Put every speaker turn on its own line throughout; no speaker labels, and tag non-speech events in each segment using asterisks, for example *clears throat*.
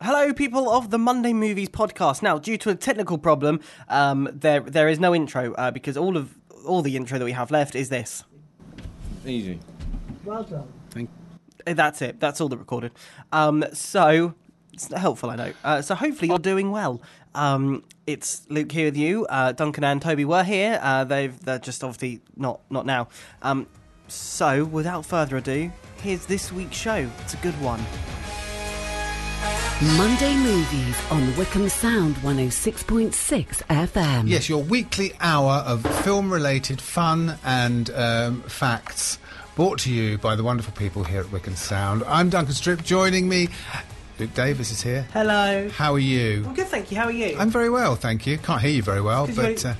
Hello, people of the Monday Movies podcast. Now, due to a technical problem, um, there there is no intro uh, because all of all the intro that we have left is this.
Easy.
Well done.
Uh, That's it. That's all that recorded. Um, so it's not helpful, I know. Uh, so hopefully you're doing well. Um, it's Luke here with you. Uh, Duncan and Toby were here. Uh, they've they're just obviously not not now. Um, so without further ado, here's this week's show. It's a good one.
Monday Movies on Wickham Sound 106.6 FM.
Yes, your weekly hour of film related fun and um, facts brought to you by the wonderful people here at Wickham Sound. I'm Duncan Strip. Joining me, Luke Davis is here.
Hello.
How are you?
I'm good, thank you. How are you?
I'm very well, thank you. Can't hear you very well,
'Cause
but.
you-
Uh,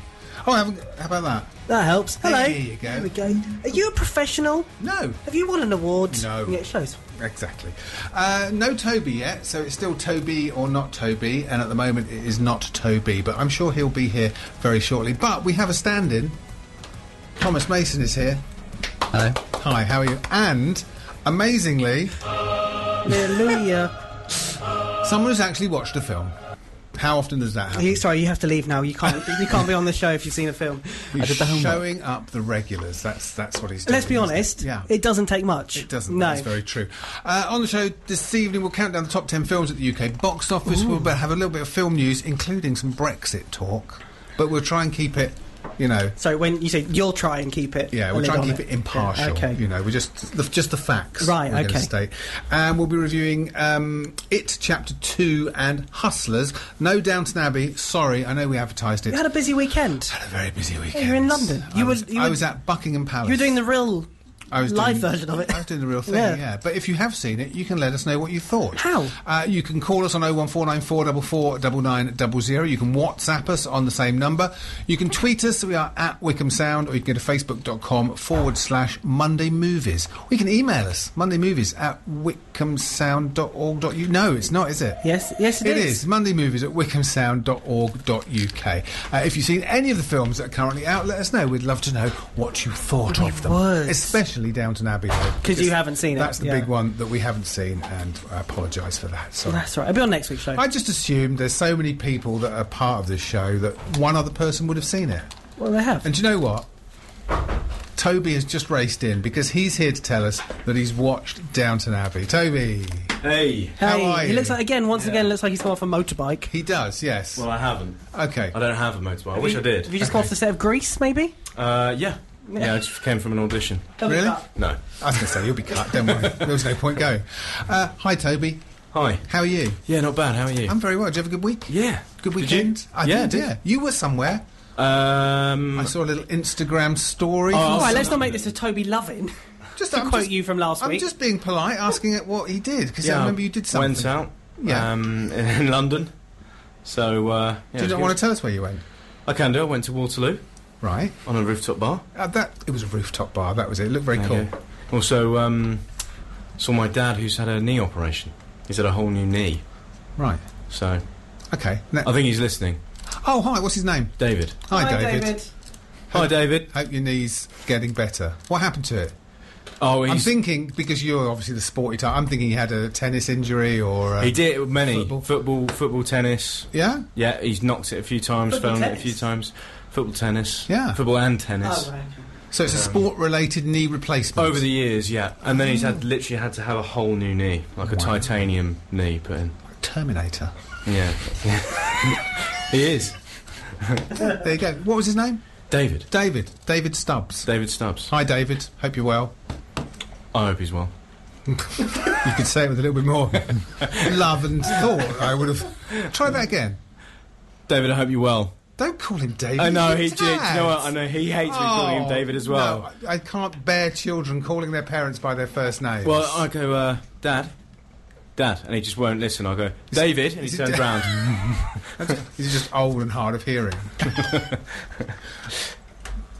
oh, I haven't, how about that?
That helps.
Hello.
There you go.
There we go.
Are you a professional?
No,
Have you won an award?
No.
Yeah, it shows.
exactly. Uh, no Toby yet, so it's still Toby or not Toby, and at the moment it is not Toby, but I'm sure he'll be here very shortly. But we have a stand in. Thomas Mason is here.
Hello.
Hi, how are you? And amazingly,
Hallelujah.
uh,
someone who's actually watched a film. How often does that happen?
You, sorry, you have to leave now. You can't. you can't be on the show if you've seen a
*laughs*
film.
He's
did the homework.
showing up the regulars. That's that's what he's doing.
Let's be
isn't it?
honest.
Yeah.
It doesn't take much.
It doesn't.
No.
That's very true. Uh, on the show this evening, we'll count down the top 10 films at the UK box office. We'll have a little bit of film news, including some Brexit talk. But we'll try and keep it, you know.
So when you say you'll try and keep it,
Yeah,
a
we'll
lid
try and
on
keep it, impartial.
Yeah, okay.
You know, we're just the, just the facts.
Right,
We're
okay.
Gonna state. And we'll be reviewing um, It Chapter 2 and Hustlers. No Downton Abbey. Sorry, I know we advertised it.
You had a busy weekend.
a very busy weekend.
you were in London.
I
You were-
was,
you
I
were-
was at Buckingham Palace.
You were doing the real.
I was
Live
doing-
version of it.
I
*laughs*
was doing the real thing,
Yeah.
yeah. But if you have seen it, you can let us know what you thought.
How?
Uh, you can call us on 01494 449900. You can WhatsApp us on the same number. You can tweet us. We are at Wickham Sound, or you can go to facebook.com forward slash Monday Movies. Or you can email us, Monday Movies at wickhamsound.org.uk. No, it's not, is it?
Yes, yes, it
It
is.
is Monday Movies at wickhamsound.org.uk. Uh, if you've seen any of the films that are currently out, let us know. We'd love to know what you thought of them,
would.
especially Downton Abbey, though,
Because you haven't seen it,
That's the
yeah.
big one that we haven't seen, and I apologise for that. Sorry.
That's right. I'll be on next week's show.
I just assumed there's so many people that are part of this show that one other person would have seen it.
well, they have.
And do you know what? Toby has just raced in because he's here to tell us that he's watched Downton Abbey. Toby,
Hey.
how
hey,
are
he
you?
looks like again. Once again, looks like he's come off a motorbike.
he does, yes.
Well, I haven't.
okay.
I don't have a motorbike. I wish I did.
Have you just come off the set of Grease, maybe?
Uh, yeah. Yeah, I just came from an audition.
Really?
No.
I was going to say, you'll be cut, don't
*laughs*
worry. There was no point going. Uh, hi, Toby.
Hi.
How are you?
Yeah, not bad. How are you?
I'm very well. Did you have a good week?
yeah.
Good
Did you?
weekend? I
yeah,
did, yeah. You were somewhere.
yeah. Um,
I saw a little Instagram story.
Oh,
All
from
right,
Awesome.
let's not make this a Toby Loving.
just
to
I'm
quote
just-
you from last
I'm
week.
just being polite, asking it what he did, because I remember you did something.
Went out.
Yeah.
Um, *laughs* in London. So. Uh, yeah,
Do you not want to tell us where you went?
I can do. I went to Waterloo
Right.
on a rooftop bar.
Uh, that It was a rooftop bar, that was it. It looked very
There you
cool.
go. Also, um, saw my dad who's had a knee operation. He's had a whole new knee.
Right.
So
Okay. Ne-
I think he's listening.
oh, hi, what's his name?
David.
Hi, David.
Hi, David.
Hope your knee's getting better. What happened to it?
Oh, he's,
I'm thinking, because you're obviously the sporty type, I'm thinking he had a tennis injury or. Uh,
he did it with many
Football.
football, football, tennis.
Yeah?
Yeah, he's knocked it a few times,
Football,
thrown it a
tennis? Oh,
few times. Football, tennis.
Yeah.
Football and
Oh,
tennis.
So it's a sport related knee replacement.
Um, Over the years, yeah. And then he's
Mm.
had literally had to have a whole new knee, like a
Wow.
titanium knee put in.
Terminator.
Yeah. *laughs* he is.
There you go. What was his name?
David.
David. David Stubbs.
David Stubbs.
Hi, David. Hope you're well.
I hope he's well.
You could say it with a little bit
*laughs*
more love and thought. I would have. Try that again.
David, I hope you're well.
Don't call him David.
I know he
he's
did. You know what? I know he hates me calling him
Oh,
David as well.
No, I, I can't bear children calling their parents by their first names.
Well, I go, uh, Dad, Dad, and he just won't listen. I go, David, and he
is it
turns
Dad?
round.
*laughs* he's just old and hard of hearing. Here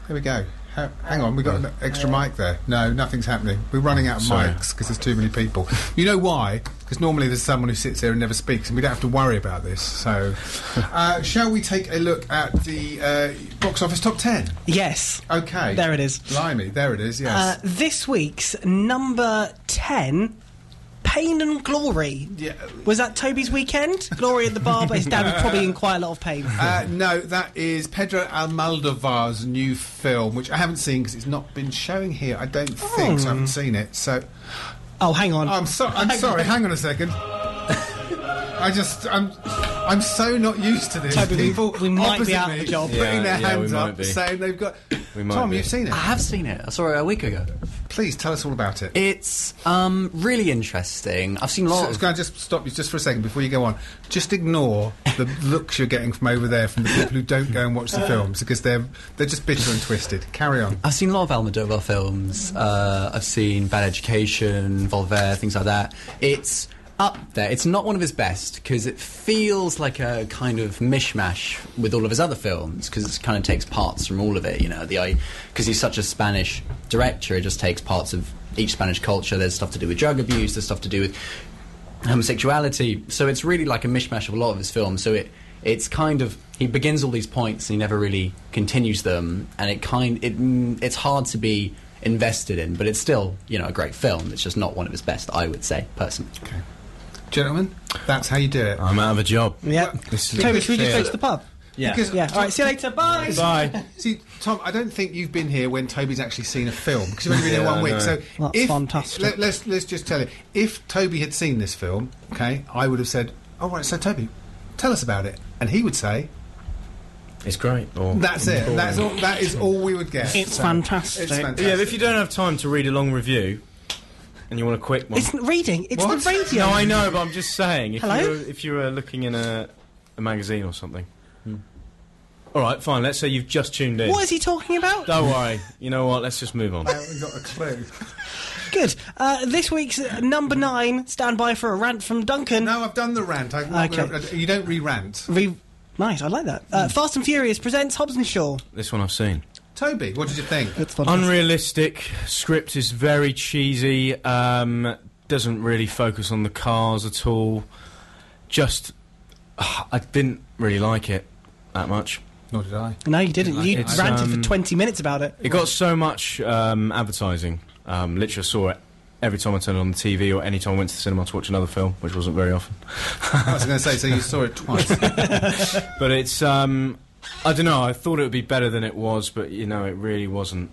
we go. Ha- Hang on, we got an extra mic there. No, nothing's happening. We're running out of
Sorry.
mics because there's too many people. You know why? Because normally there's someone who sits there and never speaks, and we don't have to worry about this. So, uh, shall we take a look at the uh, box office top ten?
Yes. Uh,
Okay,
There it is.
Blimey, there it is. Yes.
Uh, this week's number ten, Pain and Glory.
Yeah.
Was that Toby's weekend? Glory at the bar, but his dad was probably in quite a lot of pain.
Uh, no, that is Pedro Almodovar's new film, which I haven't seen because it's not been showing here. I don't think so. I
Hmm.
haven't seen it. So
*laughs* oh, hang on.
I'm so I'm sorry. Hang on a second. I just I'm I'm so not used to this.
Toby, we-
People
we might be
opposite
out of
me
the job.
putting
Yeah,
their
yeah, we
hands
might
up,
be.
saying they've got.
We might
Tom,
be.
you've seen it.
I have seen it. I saw it a week ago.
Ah, Please tell us all about it.
It's um, really interesting. I've seen a lot.
So,
of-
can I just stop you just for a second before you go on? Just ignore *laughs* the looks you're getting from over there from the people who don't go and watch the films because they're they're just bitter and twisted. Carry on.
I've seen a lot of Almodovar films. Uh, I've seen Bad Education, Voltaire, things like that. It's up there. It's not one of his best because it feels like a kind of mishmash with all of his other films because it kind of takes parts from all of it. You know, the because he's such a Spanish director, it just takes parts of each Spanish culture. There's stuff to do with drug abuse. There's stuff to do with homosexuality. So it's really like a mishmash of a lot of his films. So it it's kind of he begins all these points and he never really continues them, and it kind it mm, it's hard to be invested in, but it's still you know a great film. It's just not one of his best, I would say personally.
Gentlemen, that's how you do it.
I'm out of a job.
yeah.
This is-
Toby, should we just
Yeah.
go to the pub?
Because-
Yeah. All right. See you later. Bye.
Bye.
*laughs* See, Tom, I don't think you've been here when Toby's actually seen a film because you've only been
Yeah,
here one
I
week.
know.
So
Well, that's
if
fantastic.
Let, us let's just tell you, if Toby had seen this film, okay, I would have said, "All right, so Toby, tell us about it," and he would say,
It's great. Or
"That's it. That's all. That is all we would get."
It's
So,
fantastic.
It's fantastic.
Yeah, but if you don't have time to read a long review and you want a quick one.
It's not reading. It's
What?
the radio.
no, I know, but I'm just saying. If
Hello?
you were, if you were looking in a, a magazine or something. All right, fine. Let's say you've just tuned in.
What is he talking about?
*laughs* Don't worry. You know what? Let's just move on.
I haven't got a clue.
Good. Uh, this week's uh, number nine. Stand by for a rant from Duncan.
No, I've done the rant. I've not
Okay.
re- you don't re-rant.
Re- nice. I like that.
Hmm.
Uh, Fast and Furious presents Hobbs and Shaw.
This one I've seen.
Toby, what did you think?
That's fun.
Unrealistic. Script is very cheesy. Um, doesn't really focus on the cars at all. Just, *sighs* I didn't really like it that much.
Nor did I.
no, you didn't. You
It's,
ranted
um,
for twenty minutes about it.
It got so much um, advertising. Um, literally, I saw it every time I turned on the TV or any time I went to the cinema to watch another film, which wasn't very often.
*laughs* I was going to say. So you saw it
*laughs*
twice.
But it's, um, I don't know. I thought it would be better than it was, but you know, it really wasn't.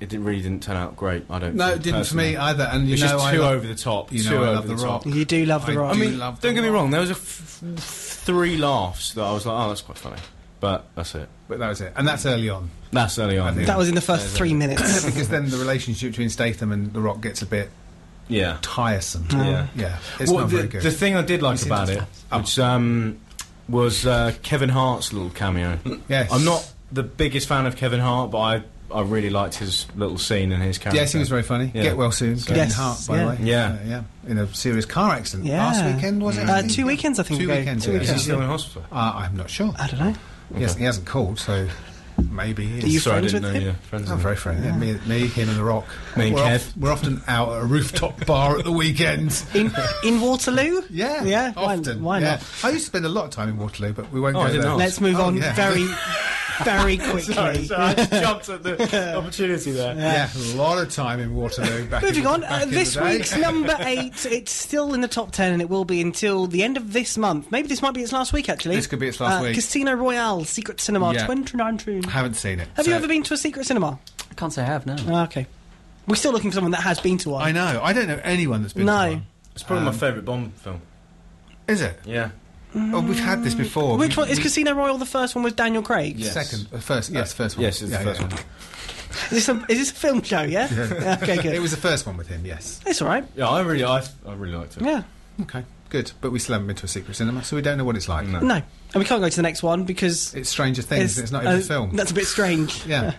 It did, really didn't turn out great. I don't.
no,
think,
it didn't for
personally.
me either. And you
It's
know,
just
I
too
love-
over the top.
you know
too
I
over
love
the
The
top.
Rock.
You do love the
I
rock.
do
I mean,
love
don't
The
get me
Rock.
wrong. There was a f- f- three laughs that I was like, "Oh, that's quite funny," but that's it.
But that was it, and that's early on.
That's early on.
think-
That was in the first three minutes.
*coughs* because then the relationship between Statham and The Rock gets a bit
yeah.
tiresome.
Yeah.
Yeah, it's
Mm. Well,
not
the,
very good.
the thing I did like
seen
about
it?
it, which um, was uh, Kevin Hart's little cameo.
Yes.
I'm not the biggest fan of Kevin Hart, but I, I really liked his little scene and his character.
yes, he was very funny.
Yeah.
Get well soon.
So-
Kevin
Yes,
Hart, by
yeah.
the way.
Yeah.
Uh, yeah. In a serious car accident.
Yeah.
Last weekend, was it? I
Uh,
think?
two
Yeah.
weekends, I think,
Two
ago.
weekends.
Two
yeah.
Is he
weekends,
still in hospital?
Uh, I'm not sure.
I don't know.
Yes, he hasn't called, so maybe he is.
Are you
Sorry, I
friends
didn't
with
know.
him?
Yeah, friends.
I'm
with
very
him.
friendly. Yeah, me, me, him, and The Rock.
Me and
we're,
Kev.
off- we're often out at a rooftop *laughs* bar at the weekend.
In in Waterloo.
*laughs* Yeah,
Yeah. why-
Often.
Why,
yeah.
not?
I used to spend a lot of time in Waterloo, but we won't
Oh,
go
I didn't
there.
know.
Let's move
Oh,
on
yeah. *laughs*
very, very quickly.
Sorry, sorry, I just jumped
*laughs*
at the opportunity there.
Yeah, a lot of time in Waterloo. Back
Moving
in,
on,
back
uh,
in the
this
day.
week's number eight. It's still in the top ten, and it will be until the end of this month. Maybe this might be its last week. Actually,
This could be its last
Uh,
week.
Casino Royale, Secret Cinema,
Yeah.
2019. Have
Haven't seen it.
you
so-
ever been to a secret cinema?
I can't say I have no.
Ah, Okay, we're still looking for someone that has been to one.
I know. I don't know anyone that's been.
No.
To one.
It's probably my favourite Bond film.
Is it?
Um, Yeah.
Oh, we've had this before.
Which
We-
one is Casino Royale? The first one with Daniel Craig.
Yeah. Yes.
Second, uh, first, yes, first one.
Yes, it's
Yeah,
the first
yeah.
one.
Is this a, is this a film show?
*laughs*
Yeah. Yeah, okay, good.
It was the first one with him. Yes.
it's all right.
Yeah, I really, I, I really liked it.
Yeah.
Okay. Good, but we still haven't been to a secret cinema, so we don't know what it's like.
No.
No, and we can't go to the next one because
It's Stranger Things. It's, not even
uh,
a film.
That's a bit strange. *laughs*
Yeah.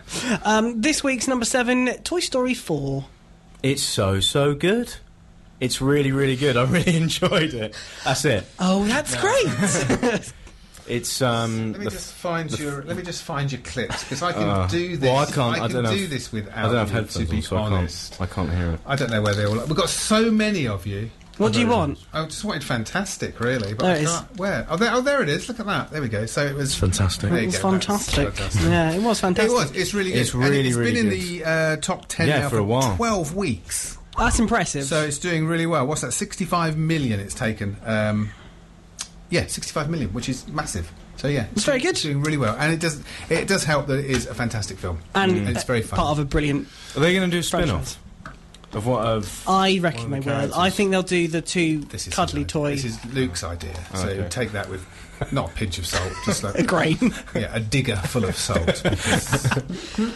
Um, this week's number seven, Toy Story Four.
It's so so good. It's really really good. I really *laughs* enjoyed it. That's it.
Oh, that's great.
*laughs*
It's um.
Let me
the
just find your. Let me just find your clips because I can
Uh,
do this.
well, I can't- I
can
don't have-
do this without.
I don't have
you,
headphones,
To be
on, so
honest,
I can't. I can't hear it.
I don't know where they all. Are. We've got so many of you.
what do you want?
I just wanted fantastic, really, but
There
I
it is.
can't. Where? Oh there, oh, there it is. Look at that. There we go. So it was
fantastic.
There you
It was
go, that's
fantastic.
fantastic.
Yeah, it was
It
fantastic.
was. It's really good.
It's
And
really,
it's
really
been in
good.
the uh, top ten
Yeah,
now
for a while.
twelve weeks.
Uh, That's impressive.
So it's doing really well. What's that? 65 million it's taken. Um, yeah, 65 million, which is massive. So yeah,
It's very good.
doing really well, and it does it does help that it is a fantastic film,
And
it's very fun.
part of a brilliant
Are they going to do a spin
franchise.
off? Of what? Of.
I reckon
One
they
of the
will.
characters.
I think they'll do the two
this is
cuddly
his idea.
toy
This is Luke's idea, so
Okay.
take that with not a pinch of salt,
*laughs*
just like
grain.
*laughs* yeah, a digger full of
*laughs*
salt. because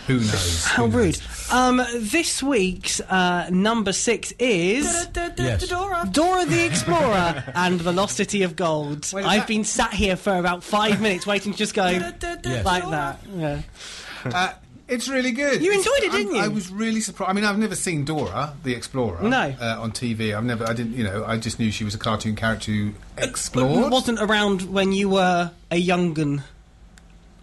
who knows?
How
Who knows?
rude. Um, this week's uh, number six is
Yes.
Dora the Explorer *laughs* and Velocity of Gold.
Wait, is
I've
that-
been sat here for about five minutes waiting to just go like that. Yeah.
Uh, it's really good.
You
It's-
enjoyed it,
I'm-
didn't you?
I was really surprised. I mean, I've never seen Dora the Explorer.
No.
Uh, on TV, I've never. I didn't. You know, I just knew she was a cartoon character who
It
explored.
wasn't around when you were a youngun.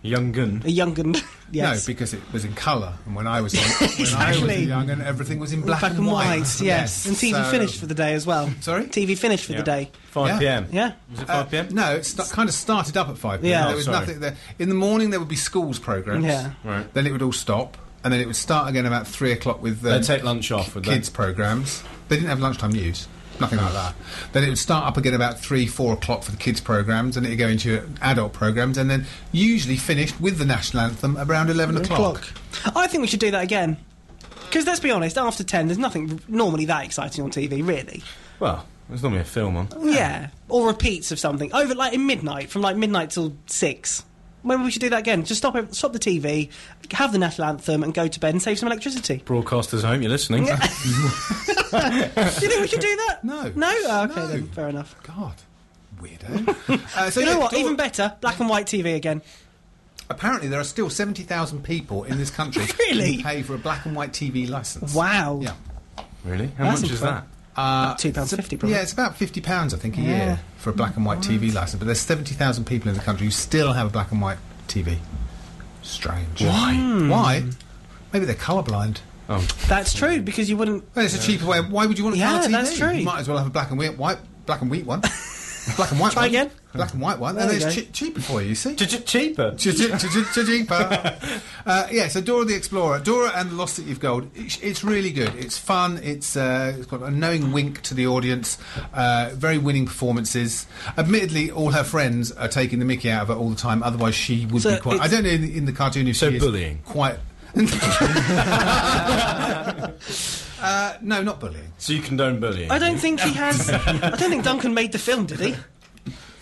Young Gun.
A youngun. yes.
*laughs* No, because it was in colour, and when
*laughs*
I was young, when I was
Exactly.
young, and everything was in black,
Black and white, yes. And TV
so-
finished for the day as well.
Sorry?
TV finished for the day.
5
Yeah.
pm.
Yeah.
Was it
Uh,
5 pm?
no, it st- kind of started up at five. p.m.
Yeah.
there
Oh,
was
sorry.
nothing there. In the morning, there would be schools programs.
Yeah.
Right.
Then it would all stop, and then it would start again about three o'clock with um, the
They'd take lunch off with
kids programs. They didn't have lunchtime news. Nothing like that. Then it would start up again about three, four o'clock for the kids' programs, and it would go into adult programs, and then usually finished with the national anthem around eleven o'clock.
I think we should do that again. Because let's be honest, after 10, there's nothing r- normally that exciting on TV, really.
Well, there's normally a film on.
Yeah, or repeats of something over like in midnight, from like midnight till six. Maybe we should do that again. Just stop it, stop the TV, have the national anthem, and go to bed and save some
*laughs*
electricity.
Broadcasters home, you're listening.
do you think we should do that?
No.
No. Oh, okay,
No.
then fair enough.
God,
*laughs*
weirdo. uh, so
You know
yeah,
what?
Dor-
Even better, black and white TV again.
apparently there are still seventy thousand people in this country
*laughs* Really?
who pay for a black and white TV license.
Wow.
Yeah.
*laughs* Really? How
That's
much is
incredible.
that?
Uh,
Two pounds fifty, probably.
Yeah, it's about fifty pounds, I think, a
Yeah.
year for a black and white TV license. But there's seventy thousand people in the country who still have a black and white TV. Strange. Why? Why? Maybe they're colourblind.
Oh,
That's true because you wouldn't.
Well, it's a cheaper way. Why would you want a
Yeah,
colour TV?
that's true.
You might as well have a black and wheat, white, black
*laughs*
and wheat one. black and white.
Try
one.
again.
Black and white one,
There
and
we
it's
go.
che- cheaper for you. You see.
cheaper. *laughs*
Ch-ch-ch-ch-ch-cheaper. uh, yeah, so Dora the Explorer, Dora and the Lost City of Gold. It's, it's really good. It's fun. It's, uh, it's got a knowing wink to the audience. Uh, very winning performances. Admittedly, all her friends are taking the Mickey out of her all the time. Otherwise, she would
So
be quite. I
it's-
don't know in, in the cartoon if
So
she is
bullying.
quite. *laughs* uh, no, not bullying.
So you condone bullying?
I don't think he has. I don't think Duncan made the film, did he?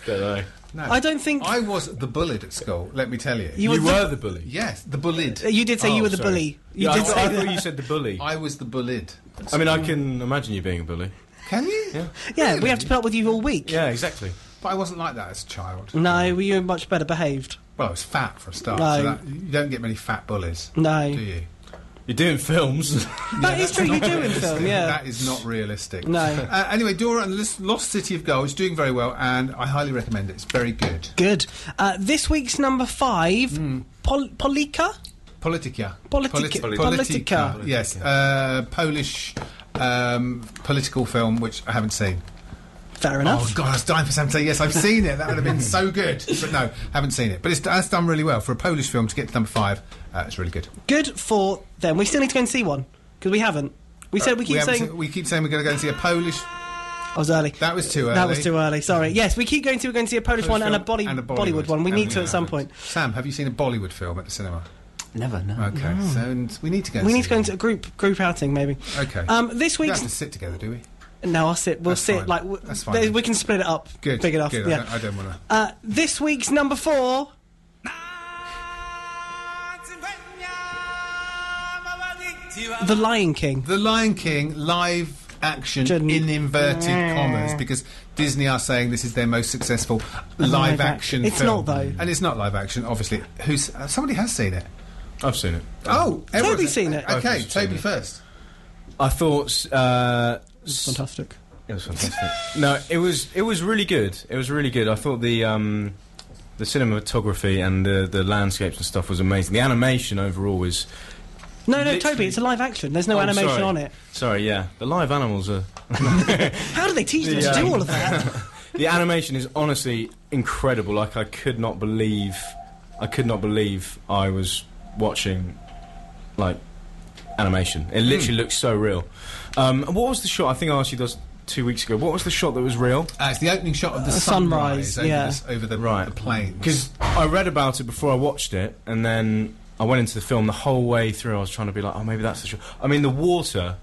Don't know.
No,
I don't think-
I was the bullied at school. Let me tell you.
You were
You
the-
were the bully.
yes, the bullied.
uh, You did say
Oh,
you were the
sorry.
bully. You
Yeah, I,
did
I
say
thought
that.
you said the bully. I,
I was the bullied.
mean, I can imagine you being a bully.
Can you? Yeah.
Yeah, we have to put up with you all week.
Yeah, exactly.
But I wasn't like that as a child.
No, you were much better behaved.
Well, I was fat for a start.
Mm. No.
So that, you don't get many fat bullies,
No.
do you?
You're doing films. *laughs*
that is true. You do in film, yeah.
That is not realistic.
No.
*laughs* Uh, anyway, Dora and the Lis- Lost City of Gold is doing very well, and I highly recommend it. It's very good.
Good. Uh, this week's number five,
Hmm.
Pol- Polika.
Politica.
Politica-
Politi-
Politica.
Yes. Uh, Polish um, political film, which I haven't seen.
Fair
Oh,
enough.
God, I was dying for Sam to say yes, I've seen it. That would have been so good. But no, haven't seen it. But it's, that's done really well. For a Polish film to get to number five, uh, it's really good.
Good for them. We still need to go and see one because we haven't. We said we keep
haven't
saying
seen- Uh, we keep saying we're going to go and see a Polish.
I was early.
That was too early.
That was too early. Sorry. Yes, we keep going to we're going to see a Polish, one and a, body, Bollywood one. We
And
need to at some point.
Sam, have you seen a Bollywood film at the cinema?
Never, no.
Okay, so and we need to go.
Mm.
and
We
see
need to go
one.
into a group group outing maybe.
Okay.
Um, this
we don't have to
week's
sit together, do we?
no, I'll sit. We'll
That's
sit
fine.
like w-
That's fine.
there- we can split it up.
Good.
Big enough.
Good. I
Yeah.
don't- I don't, want to.
Uh, this week's number four. The Lion King.
The Lion King live action
Gen-
in inverted commas because Disney are saying this is their most successful live
ac-
action.
It's
film.
not, though.
and it's not live action. Obviously, who's uh, somebody has seen it.
I've seen it.
Oh, everyone's
seen it.
Okay,
I've seen
Toby
it.
first.
I thought. Uh, s-
Fantastic.
It was fantastic. no, it was it was really good. It was really good. I thought the um, the cinematography and the the landscapes and stuff was amazing. The animation overall was
No, no,
Literally-
Toby, it's a live action. There's no
Oh,
animation
sorry.
on it.
sorry. Yeah, the live animals are.
How do they teach them
The,
to do
um,
all of that?
the animation is honestly incredible. Like I could not believe, I could not believe I was watching, like animation. It literally looks so real. Um, and what was the shot? I think I asked you this two weeks ago. What was the shot that was real?
Uh, it's the opening shot of the sunrise,
sunrise,
over,
yeah.
this, over the,
Right.
the plains.
Because I read about it before I watched it, and then I went into the film the whole way through. I was trying to be like, oh, maybe that's the shot. I mean, the water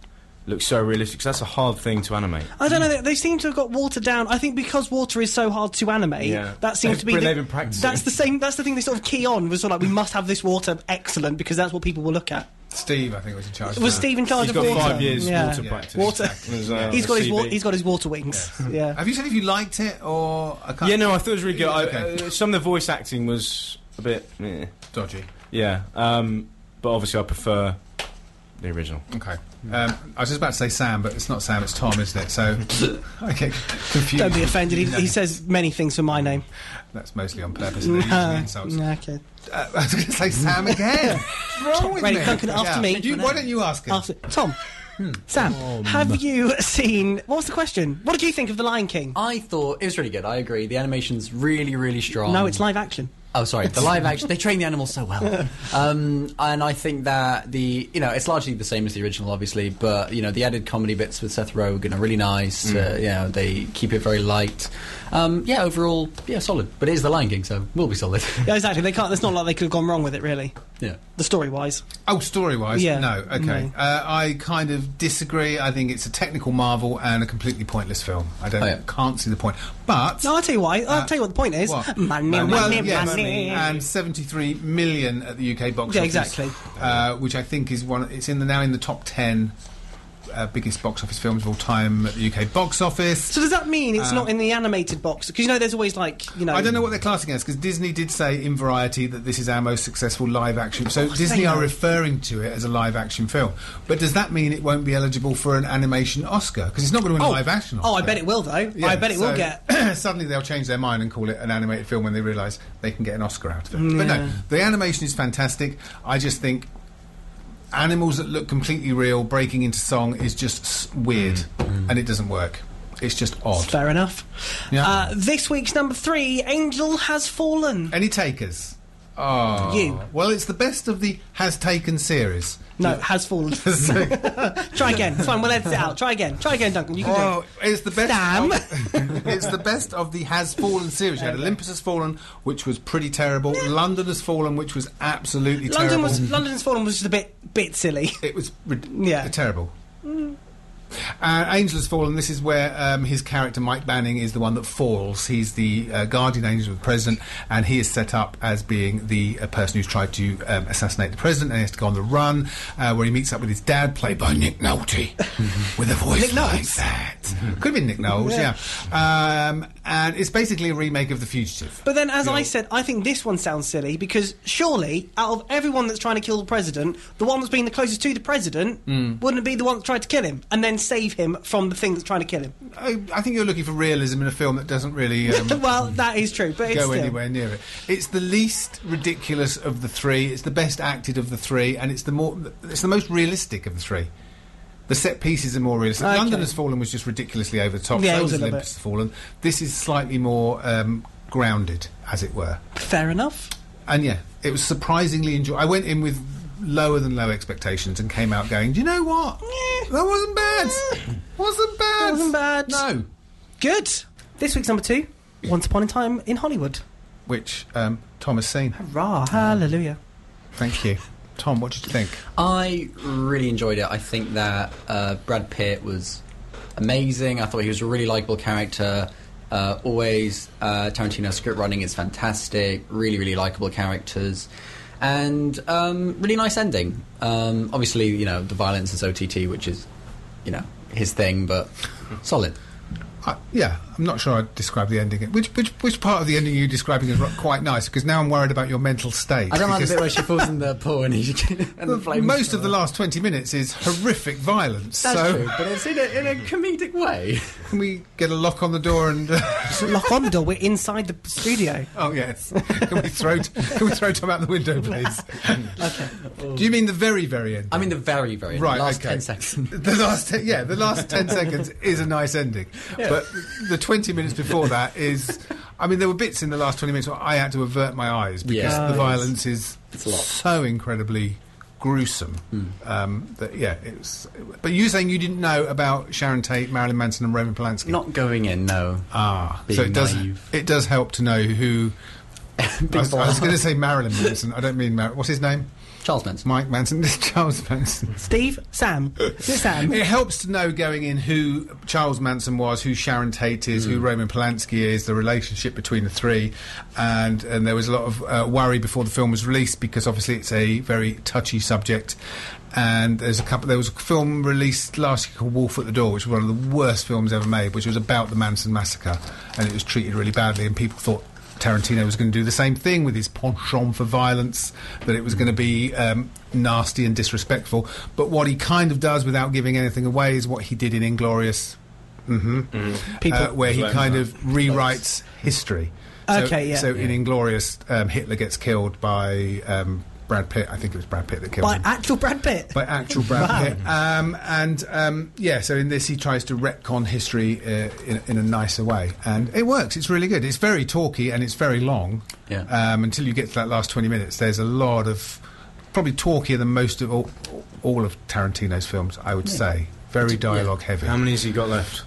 looks so realistic 'cause that's a hard thing to animate.
I don't know. They, they seem to have got watered down. I think because water is so hard to animate,
Yeah.
that seems
They've
to be.
been-
the-
they've been practicing.
That's the same. That's the thing they sort of key on was sort of like we must have this water excellent because that's what people will look at.
Steve, I think, was in charge. of
Was
that.
Steve in charge
He's
of
got
Oh, water?
five years
Yeah.
water
Yeah.
practice.
Water.
There's, uh,
He's got his wa-
CB.
he's got his water wings. Yeah.
Have you said if you liked it or I can't?
Yeah, no, I thought it was really good. I,
Okay.
uh, some of the voice acting was a bit, eh.
dodgy.
yeah, um, but obviously I prefer the original.
Okay. Um, I was just about to say Sam, but it's not Sam. It's Tom, isn't it? So *laughs* I get confused.
Don't be offended. He, he says many things for
Mm.
my name.
That's mostly on purpose. and they're
*laughs*
using the insults.
Nah, okay.
Uh, I was going to
*laughs*
say Sam again. What's wrong with
Right,
me?
Duncan, after me.
You- why don't you ask him?
After Tom,
Hmm.
Sam, have you seen? What was the question? What did you think of the Lion King?
I thought it was really good. I agree. The animation's really, really strong.
no, it's live action.
Oh, sorry. The live action. They train the animals so well. Um, and I think that the, you know, it's largely the same as the original, obviously, but, you know, the added comedy bits with Seth Rogen are really nice. Uh, you know, they keep it very light. Um, yeah, overall, yeah, solid. But it is The Lion King, so we'll be solid. *laughs*
Yeah, exactly. They can't. It's not like they could have gone wrong with it, really.
yeah.
The story wise.
Oh, story wise,
Yeah.
no. Okay.
No.
Uh, I kind of disagree. I think it's a technical marvel and a completely pointless film. I don't
Oh, yeah.
can't see the point. But
No, I'll tell you why. I'll tell you what the point is.
Uh, what?
Money, money,
well,
money.
yes, and 73 million at the UK box
Yeah,
office.
exactly.
Uh, which I think is one. It's in the now in the top 10 uh, biggest box office films of all time at the UK box office.
So does that mean it's not in the animated box? Because you know, there's always like you know.
Uh. I don't know what they're classing as because Disney did say in Variety that this is our most successful live action. So Disney
they
are
know.
referring to it as a live action film. But does that mean it won't be eligible for an animation Oscar? Because it's not going to win a live action Oscar.
Oh, I bet it will though.
Yeah,
I bet it will
so
get.
*clears throat* suddenly they'll change their mind and call it an animated film when they realise they can get an Oscar out of it. But no, the animation is fantastic. I just think animals that look completely real breaking into song is just s- weird and it doesn't work. It's just odd.
Fair enough.
Yeah.
Uh, this week's number three, Angel Has Fallen.
Any takers? Oh,
You.
Well, it's the best of the Has Taken series.
No, has
*laughs*
fallen.
So-
*laughs* Try again. It's fine. We'll edit it out. Try again. Try again, Duncan. You can do
oh,
it.
it's the best.
Damn.
of- *laughs* it's the best of the Has Fallen series. You had Olympus Has Fallen, which was pretty terrible. London Has Fallen, which was absolutely
London
terrible.
was London's fallen was just a bit bit silly. *laughs*
It was rid-
Yeah. Mm.
terrible. Uh, Angel has fallen. This is where um, his character Mike Banning is the one that falls. He's the uh, guardian angel of the president, and he is set up as being the uh, person who's tried to um, assassinate the president. And he has to go on the run, uh, where he meets up with his dad, played by Nick
*laughs*
Nolte, with a voice
Nick
like
Nolte. Mm-hmm.
that. Could be Nick Knowles, yeah. Um, and it's basically a remake of The Fugitive.
But then, as I
Yeah.
said, I think this one sounds silly because surely, out of everyone that's trying to kill the president, the one that's been the closest to the president
Hmm.
wouldn't it be the one that tried to kill him and then save him from the thing that's trying to kill him.
I, I think you're looking for realism in a film that doesn't really. Um,
*laughs* well, that is true, but it's
go
still,
anywhere near it. It's the least ridiculous of the three. It's the best acted of the three, and it's the more it's the most realistic of the three. The set pieces are more realistic.
Okay.
London has fallen was just ridiculously over the top.
Yeah, it
so
was
was
a little
Olympus has fallen. This is slightly more um, grounded, as it were.
fair enough.
And yeah, it was surprisingly enjoyable. I went in with lower than low expectations and came out going, "Do you know what? That wasn't bad. wasn't bad.
Wasn't bad.
No."
Good. This week's number two, Once Upon a Time in Hollywood.
Which um, Tom has seen.
Rah, hallelujah.
Thank you, Tom. What did you think?
I really enjoyed it. I think that uh, Brad Pitt was amazing. I thought he was a really likable character. Uh, always, uh, Tarantino script running is fantastic. Really, really likable characters. And um, really nice ending. Um, obviously, you know, the violence is OTT, which is, you know, his
*laughs*
thing, but solid.
Uh, yeah, I'm not sure I'd describe the ending. Which which which part of the ending are you describing is ro- quite nice? Because now I'm worried about your mental state.
I don't like the
because
bit where she falls in the *laughs* pool and, he, and the flames.
most of the last 20 minutes is horrific violence.
That's
so
true, but it's in a, in a comedic way.
can we get a lock on the door and? uh,
Lock on the door. We're inside the studio.
*laughs* oh yes. Can we throw Can we throw Tom out the window,
*laughs*
please? Do you mean the very very end?
I mean, the very, very
Right,
last
okay.
10 seconds.
The last, ten, yeah, the last ten
*laughs*
seconds is a nice ending, but the twenty minutes before that is, I mean, there were bits in the last twenty minutes where I had to avert my eyes because
Yeah.
the violence is
a lot. Hmm.
so incredibly gruesome. Um, that, yeah, it was. But you saying you didn't know about Sharon Tate, Marilyn Manson, and Roman Polanski?
Not going in, no.
ah,
being
so it does.
naive.
It does help to know
*laughs*
who. I was, I was going to say Marilyn Manson. I don't mean Mar- what's his name.
Charles Manson.
Mike Manson, *laughs* Charles Manson.
Steve,
*laughs*
Sam, is it Sam?
It helps to know going in who Charles Manson was, who Sharon Tate is, who Roman Polanski is, the relationship between the three, and and there was a lot of uh, worry before the film was released because obviously it's a very touchy subject. And there's a couple. There was a film released last year called Wolf at the Door, which was one of the worst films ever made, which was about the Manson massacre, and it was treated really badly, and people thought. Tarantino was going to do the same thing with his penchant for violence, that it was going to be um, nasty and disrespectful. But what he kind of does without giving anything away is what he did in Inglorious, Uh,
People.
where he
Well,
kind
no.
of rewrites history.
Okay, yeah.
So in Inglorious, um, Hitler gets killed by um, Brad Pitt. I think it was Brad Pitt that killed
by
him.
actual Brad Pitt.
by actual Brad Pitt. Um, and um, yeah, so in this he tries to retcon history uh, in, in a nicer way, and it works. It's really good. It's very talky and it's very long.
Yeah.
Um, until you get to that last twenty minutes, there's a lot of probably talkier than most of all, all of Tarantino's films, I would say. Very dialogue heavy.
How many has he got left?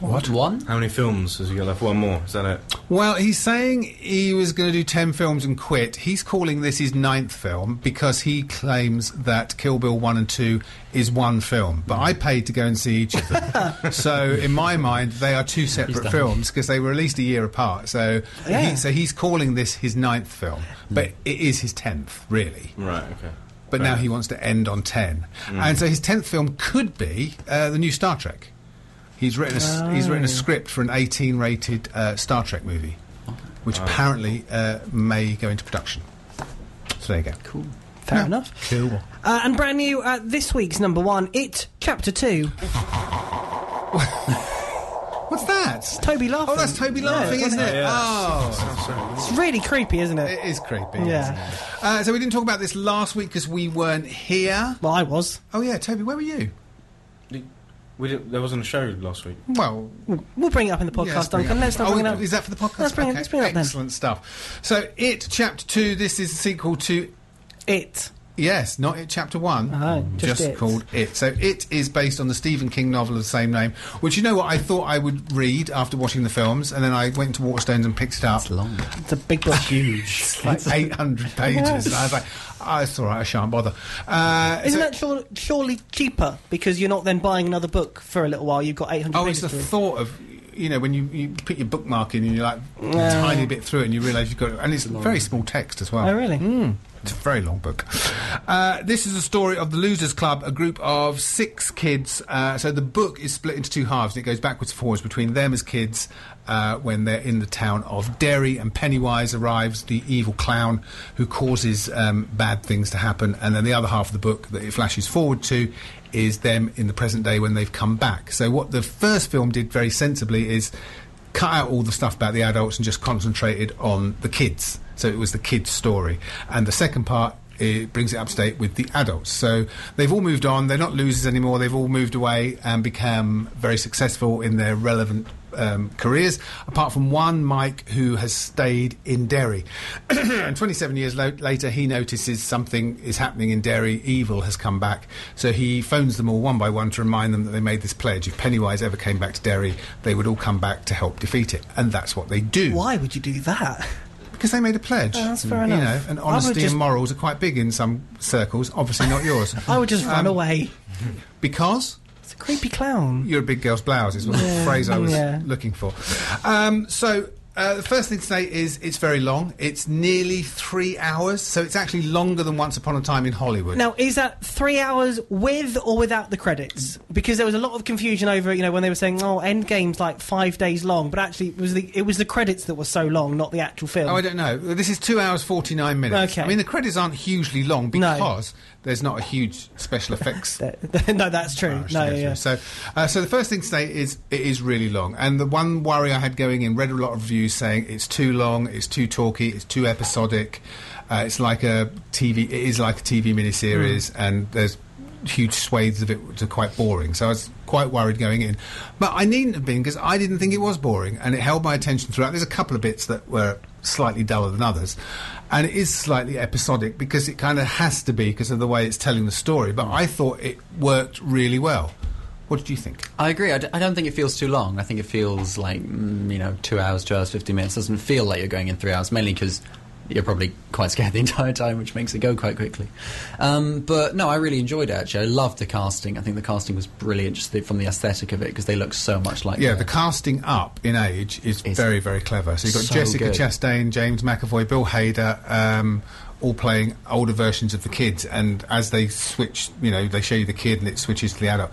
What? One?
How many films has he got left? One more. Is that it?
Well, he's saying he was going to do 10 films and quit. He's calling this his ninth film because he claims that Kill Bill 1 and 2 is one film. But I paid to go and see each of them. so, in my mind, they are two separate films because they were released a year apart. So,
Yeah.
he, so he's calling this his ninth film. But it is his 10th, really
Right. Okay.
but
Fair
now
enough.
he wants to end on 10. And so his 10th film could be uh, the new Star Trek. He's written a, s- he's written a script for an 18 rated uh, Star Trek movie, which apparently uh, may go into production. So there you go. Cool.
Fair enough.
Cool.
Uh, and brand new uh, this week's number one, It Chapter 2.
What's that?
Toby laughing.
Oh, that's Toby
Yeah,
laughing,
it's
isn't it?
Yeah.
Oh,
It's really creepy, isn't it?
it is creepy. isn't
yeah.
it? Uh, so we didn't talk about this last week because we weren't here.
Well, I was.
Oh yeah, Toby, where were you?
We didn't, there wasn't a show last week.
Well,
We'll bring it up in the
Yeah, let's
podcast,
bring
Duncan.
it
Let's
up.
not
Oh,
bring it up.
Is that for the podcast?
Let's bring it-
Okay,
let's bring it up then.
Excellent stuff. So, It Chapter 2, this is the sequel to.
It.
Yes, not It Chapter 1.
Oh, just It.
called It. So, It is based on the Stephen King novel of the same name, which you know what? I thought I would read after watching the films, and then I went to Waterstones and picked it up.
It's long.
It's a big
*laughs*
book. Huge.
It's
*laughs*
like 800 pages. And I was like, oh, it's all right, I shan't bother. Uh,
Isn't
so-
that sure, surely cheaper because you're not then buying another book for a little while? You've got 800
Oh, it's
pages
the
to read.
thought of you know when you, you put your bookmark in and you're like a tiny bit through it and you realise you've got it, and it's very small text as well.
Oh, really?
Mm. It's a very long book. Uh, this is a story of the Losers Club, a group of six kids. Uh, so the book is split into two halves. And it goes backwards and forwards between them as kids uh, when they're in the town of Derry, and Pennywise arrives, the evil clown who causes um, bad things to happen. And then the other half of the book that it flashes forward to is them in the present day when they've come back. So what the first film did very sensibly is cut out all the stuff about the adults and just concentrated on the kids. So it was the kids' story. And the second part, it brings it up to date with the adults. So they've all moved on. They're not losers anymore. They've all moved away and become very successful in their relevant um, careers, apart from one, Mike, who has stayed in Derry. *clears throat* and 27 years lo- later, he notices something is happening in Derry. Evil has come back. So he phones them all one by one to remind them that they made this pledge. If Pennywise ever came back to Derry, they would all come back to help defeat it. And that's what they do.
Why would you do that? *laughs*
Because they made a pledge.
Oh, that's fair
You know,
enough.
and
I would
honesty
just-
and morals are quite big in some circles. Obviously, not yours.
*laughs* I would just run
Um,
away.
Because
It's a creepy clown.
you're a big girl's blouse is what the phrase I was
Yeah.
looking for. Um, so. Uh, the first thing to say is it's very long. It's nearly three hours, so it's actually longer than Once Upon a Time in Hollywood.
Now, is that three hours with or without the credits? Because there was a lot of confusion over, you know, when they were saying, "Oh, Endgame's like five days long," but actually, it was the it was the credits that were so long, not the actual film.
Oh, I don't know. This is two hours forty nine minutes.
Okay.
I mean, the credits aren't hugely long
No.
because there's not a huge special
*laughs*
effects
no, that's true.
Irish
No,
to go
yeah.
through. So, uh, so the first thing to say is it is really long. And the one worry I had going in, read a lot of reviews saying it's too long, it's too talky, it's too episodic. Uh, it's like a TV. It is like a TV miniseries, and there's huge swathes of it which are quite boring. So I was quite worried going in, but I needn't have been because I didn't think it was boring, and it held my attention throughout. There's a couple of bits that were slightly duller than others. And it is slightly episodic because it kind of has to be because of the way it's telling the story. But I thought it worked really well. What did you think?
I agree. I, d- I don't think it feels too long. I think it feels like, mm, you know, two hours, two hours, 50 minutes. doesn't feel like you're going in three hours, mainly because you're probably quite scared the *laughs* entire time, which makes it go quite quickly. Um, but no, I really enjoyed it, actually. I loved the casting. I think the casting was brilliant just the, from the aesthetic of it because they look so much like
Yeah,
their-
the casting up in age is
It's
very, very clever. So you've got
so
Jessica
good.
Chastain, James McAvoy, Bill Hader, um, all playing older versions of the kids. And as they switch, you know, they show you the kid and it switches to the adult.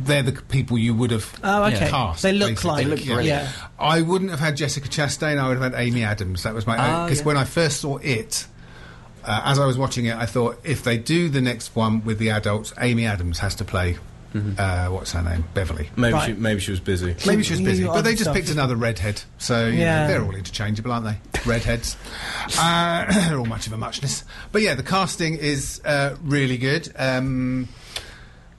They're the people you would have
Oh, okay.
cast.
They look
basically.
like- They look
yeah.
brilliant. Yeah.
I wouldn't have had Jessica Chastain. I would have had Amy Adams. That was
Oh,
my
Ah,
because
yeah.
when I first saw it, uh, as I was watching it, I thought if they do the next one with the adults, Amy Adams has to play. Uh, what's her name? Beverly.
Maybe
Right.
she maybe she was busy.
Maybe she was
You
busy,
other
but they just
stuff.
picked another redhead. So you know,
Yeah.
they're all interchangeable, aren't they? Redheads. uh, *coughs* they're all much of a muchness. But yeah, the casting is uh, really good. Um,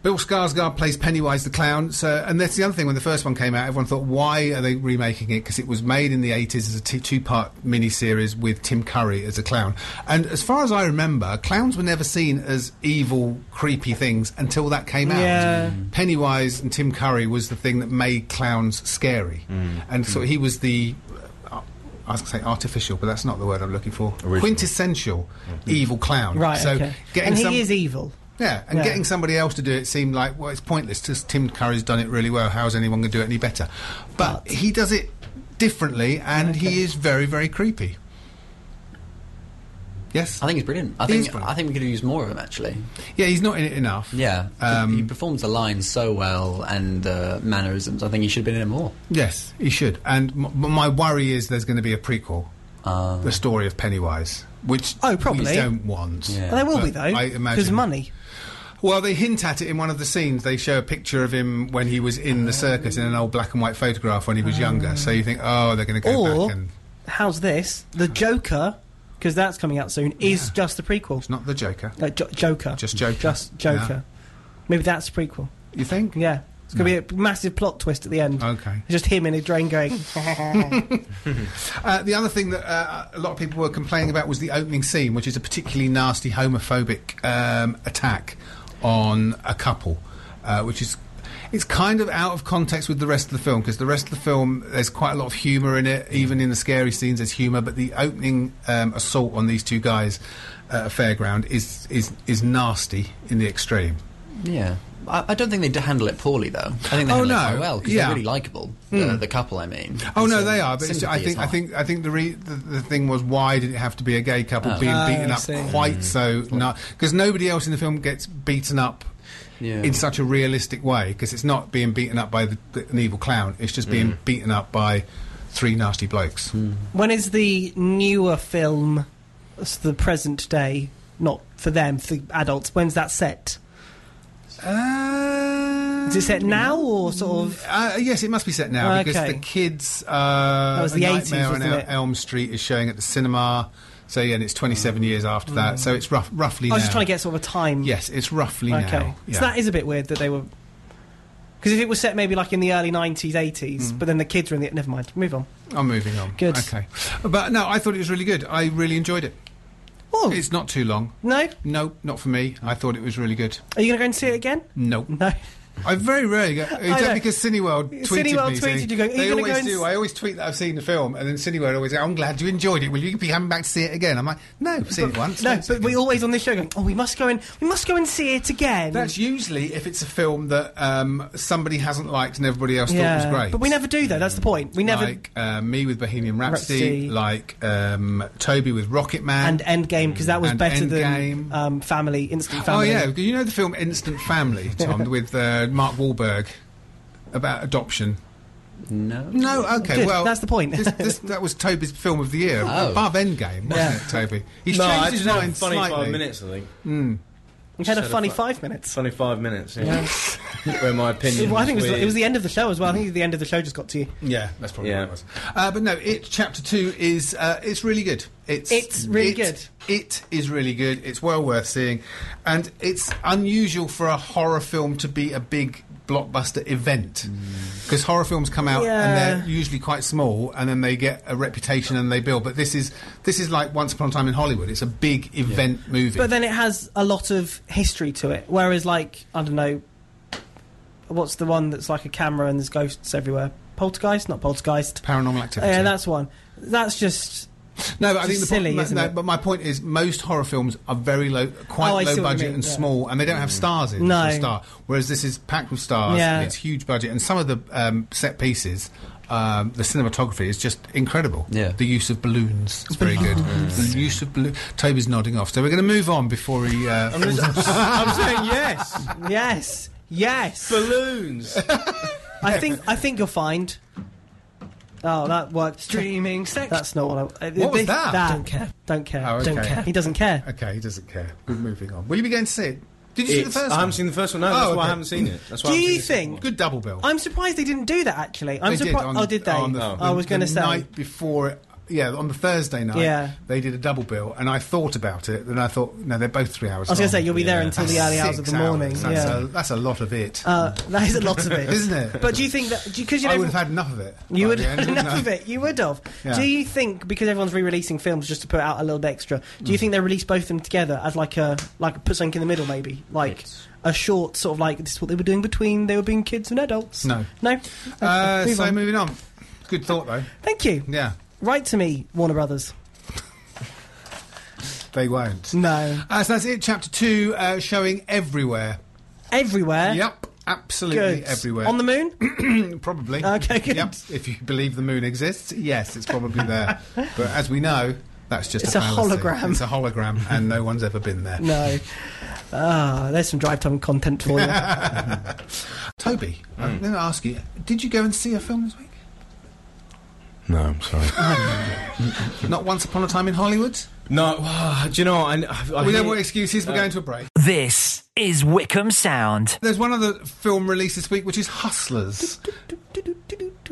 Bill Skarsgård plays Pennywise the clown. So, and that's the other thing. When the first one came out, everyone thought, "Why are they remaking it?" Because it was made in the '80s as a t- two-part miniseries with Tim Curry as a clown. And as far as I remember, clowns were never seen as evil, creepy things until that came out.
Yeah.
Pennywise and Tim Curry was the thing that made clowns scary, and so he was the. uh, I was going to say artificial, but that's not the word I'm looking for.
Original.
Quintessential evil clown.
Right.
So
okay.
getting
and
some-
he is evil.
yeah, and
Yeah.
getting somebody else to do it seemed like well, it's pointless. Just Tim Curry's done it really well. How's anyone going to do it any better? But he does it differently, and he is very, very creepy. Yes,
I think it's brilliant. I
It is
think
brilliant.
I think we could use more of him actually.
yeah, he's not in it enough.
Yeah,
Um,
he, he performs the lines so well and uh, mannerisms. I think he should have been in it more.
Yes, he should. And m- m- my worry is there's going to be a prequel,
Uh,
the story of Pennywise, which
Oh, probably.
we don't want.
Yeah.
Well, they will
But
be though,
I
because
imagine
of money.
Well, they hint at it in one of the scenes. They show a picture of him when he was in the circus in an old black and white photograph when he was younger. So you think, oh, they're going to go
Or-
back and.
How's this? The Joker, because that's coming out soon, is just the prequel.
It's not the Joker.
No, jo- Joker.
Just Joker.
Just Joker. Maybe that's a prequel.
You think?
Yeah. It's going to be a massive plot twist at the end.
Okay.
Just him in a drain going,
Uh, the other thing that uh, a lot of people were complaining about was the opening scene, which is a particularly nasty homophobic um, attack on a couple, uh, which is. It's kind of out of context with the rest of the film because the rest of the film there's quite a lot of humour in it. Even in the scary scenes, there's humour. But the opening um, assault on these two guys at a fairground is is is nasty in the extreme.
yeah, I, I don't think they d- handle it poorly though. I think they
Oh,
handle
no.
it quite well because
Yeah. Hmm.
they're really likable. The, the couple, I mean.
Oh
And
no,
so
they are. But it's, I
sympathy um, is
think I
high.
think I think the, re- the the thing was why did it have to be a gay couple being
Oh,
beaten
I
up
see.
quite so? Because nobody else in the film gets beaten up
Yeah.
in such a realistic way. Because it's not being beaten up by the, the, an evil clown. It's just being beaten up by three nasty blokes.
When is the newer film, s- the present day, not for them, for the adults, when's that set?
Uh,
Is it set now or sort of.
Uh, yes, it must be set now because
Okay.
the kids. Uh,
That was
A
the
Nightmare
80s,
on
wasn't
El-
it?
Elm Street is showing at the cinema. So yeah, and it's 27 years after that. So it's rough, roughly.
Mm. I was
now.
just trying to get sort of a time.
Yes, it's roughly
Okay.
now. Yeah.
So that is a bit weird that they were. Because if it was set maybe like in the early 90s, 80s,
Mm.
but then the kids were in the. Never mind, move on.
I'm moving on.
Good.
Okay. But no, I thought it was really good. I really enjoyed it.
Oh,
It's not too long.
no? Are you
No, not for me. I thought it was really good.
going to go and see it again?
No.
No.
I very rarely go. It's
know.
only because Cineworld tweeted
Cineworld
me.
tweeted
saying-
you go, "Are you
they
gonna go
always
and
do.
s-
I always tweet that I've seen the film, and then Cineworld always say, I'm glad you enjoyed it. Will you be coming back to see it again? I'm like, no,
*laughs*
I've seen it once.
No,
Don't see it
but we
again."
always on this show going, oh, we must go and we must go and see it again.
That's usually if it's a film that um, somebody hasn't liked and everybody else thought was great.
But we never do though. That's the point. We never
Like uh, me with Bohemian Rhapsody,
Rhapsody.
like um, Toby with Rocket Man.
and Endgame because that was
And
better
Endgame.
than um, Family Instant
Oh
Family.
yeah, you know the film Instant
*laughs*
Family, Tom, with uh, Mark Wahlberg about adoption.
no.
No, okay,
Good,
well
that's the point. *laughs*
this, this, that was Toby's film of the
*laughs*
year,
Oh.
above Endgame, wasn't
Yeah.
it, Toby? He's
no, I
changed
just
his
had a
mind
funny
slightly.
five minutes. I think
we had a
Shut
funny
up.
five minutes.
funny five minutes. Yeah, *laughs* where my opinion.
Well, I think it
was
was,
weird.
it was the end of the show as well. I think the end of the show just got to you.
Yeah, that's probably
Yeah.
what it was. Uh, but no, it chapter two is uh, it's really good. It's
It's really
it-
good.
It is really good. It's well worth seeing, and it's unusual for a horror film to be a big blockbuster event because horror films come out and they're usually quite small and then they get a reputation and they build. But this is this is like Once Upon a Time in Hollywood. It's a big event movie.
But then it has a lot of history to it. Whereas, like, I don't know, what's the one that's like a camera and there's ghosts everywhere? Poltergeist? Not Poltergeist.
Paranormal Activity.
Yeah, that's one. That's just.
No, but I
It's
think the
silly,
point, no,
isn't
no,
it?
but my point is, most horror films are very low, quite
Oh, I see
low
what you
budget
mean,
and
yeah. Mm.
small, and they don't have stars in.
No.
for a star. Whereas this is packed with stars.
Yeah.
It's huge budget, and some of the um, set pieces, um, the cinematography is just incredible.
Yeah.
The use of balloons is very good. The use of balloons. Toby's nodding off, so we're going to move on before he. Uh, falls
*laughs*
off.
I'm
*laughs*
saying yes.
Yes. Yes.
Balloons.
I think I think you'll find. Oh, that worked. Streaming sex. That's not what I. uh,
What was
this-
that?
Don't care. Don't care.
Oh,
Don't
okay.
care. He doesn't care.
okay, he doesn't care. We're moving on. Will you be going to see it? Did you see the
It's-
first
I
one?
haven't seen the first one. No,
Oh,
that's why
okay.
I haven't seen it. That's why
Do
I haven't
you
seen the second
think-
one.
Good double bill.
I'm surprised they didn't do that. Actually, I'm
They did on
surprised.
the-
Oh, did they?
on the-
I was
the
going to say.
night before. Yeah, on the Thursday night,
Yeah.
they did a double bill, and I thought about it, and I thought, no, they're both three hours.
I was going to
long.
say you'll be there until the
That's
early hours of
six
the morning.
hours. That's,
Yeah.
a, that's a lot of it,
Uh, *laughs* that is a lot of
*laughs*
it.
isn't
*laughs*
it?
But do you think that because you
I
know
would have had enough of it.
you
by
would
the
have
end,
*laughs* enough
wouldn't I?
of it, you would have.
Yeah.
Do you think because everyone's re-releasing films just to put out a little bit extra? Do you
Mm.
think they release both of them together as like a like put something in the middle maybe like a short sort of like this is what they were doing between they were being kids and adults? *laughs*
No.
no.
Uh,
Move
so
on.
moving on. Good thought though.
Thank you.
Yeah,
Write to me, Warner Brothers.
they won't.
No,
Uh, so that's it. Chapter two uh, showing everywhere.
everywhere.
Yep, absolutely
Good.
everywhere.
On the moon?
*clears throat* Probably.
Okay, good.
Yep. If you believe the moon exists, yes, it's probably
*laughs*
there. but as we know, that's just
It's
a,
a
fallacy.
hologram.
It's a hologram, and no one's ever been there.
No. Ah, there's some drive time content
*laughs*
for you.
Toby, I'm going to ask you: Did you go and see a film this week?
No, I'm sorry.
Not Once Upon a Time in Hollywood.
no, ah, do you know? what? I, I, I
we
hear-
don't want excuses. We're going to a break.
This is Wickham Sound.
There's one other film released this week, which is Hustlers.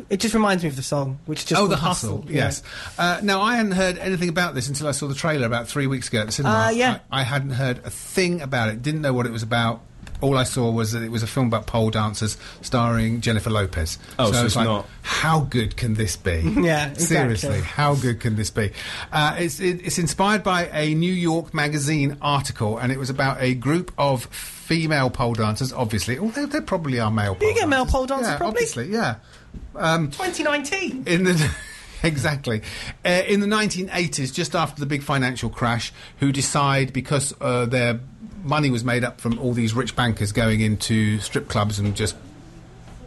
It just reminds me of the song, which is just
oh,
called
the hustle. Yes. Uh, now, I hadn't heard anything about this until I saw the trailer about three weeks ago at the cinema.
Uh, yeah.
I, I hadn't heard a thing about it. Didn't know what it was about. All I saw was that it was a film about pole dancers starring Jennifer Lopez.
Oh, so
I was
it's
like,
not-
How good can this be?
*laughs* Yeah, exactly.
Seriously, how good can this be? Uh, it's, it, it's inspired by a New York magazine article, and it was about a group of female pole dancers, obviously. Although there probably are male pole
You get male pole
dancers,
dancers,
yeah,
probably.
Obviously, yeah. Um,
2019.
*laughs* in the exactly uh, in the 1980s just after the big financial crash who decide because uh, their money was made up from all these rich bankers going into strip clubs and just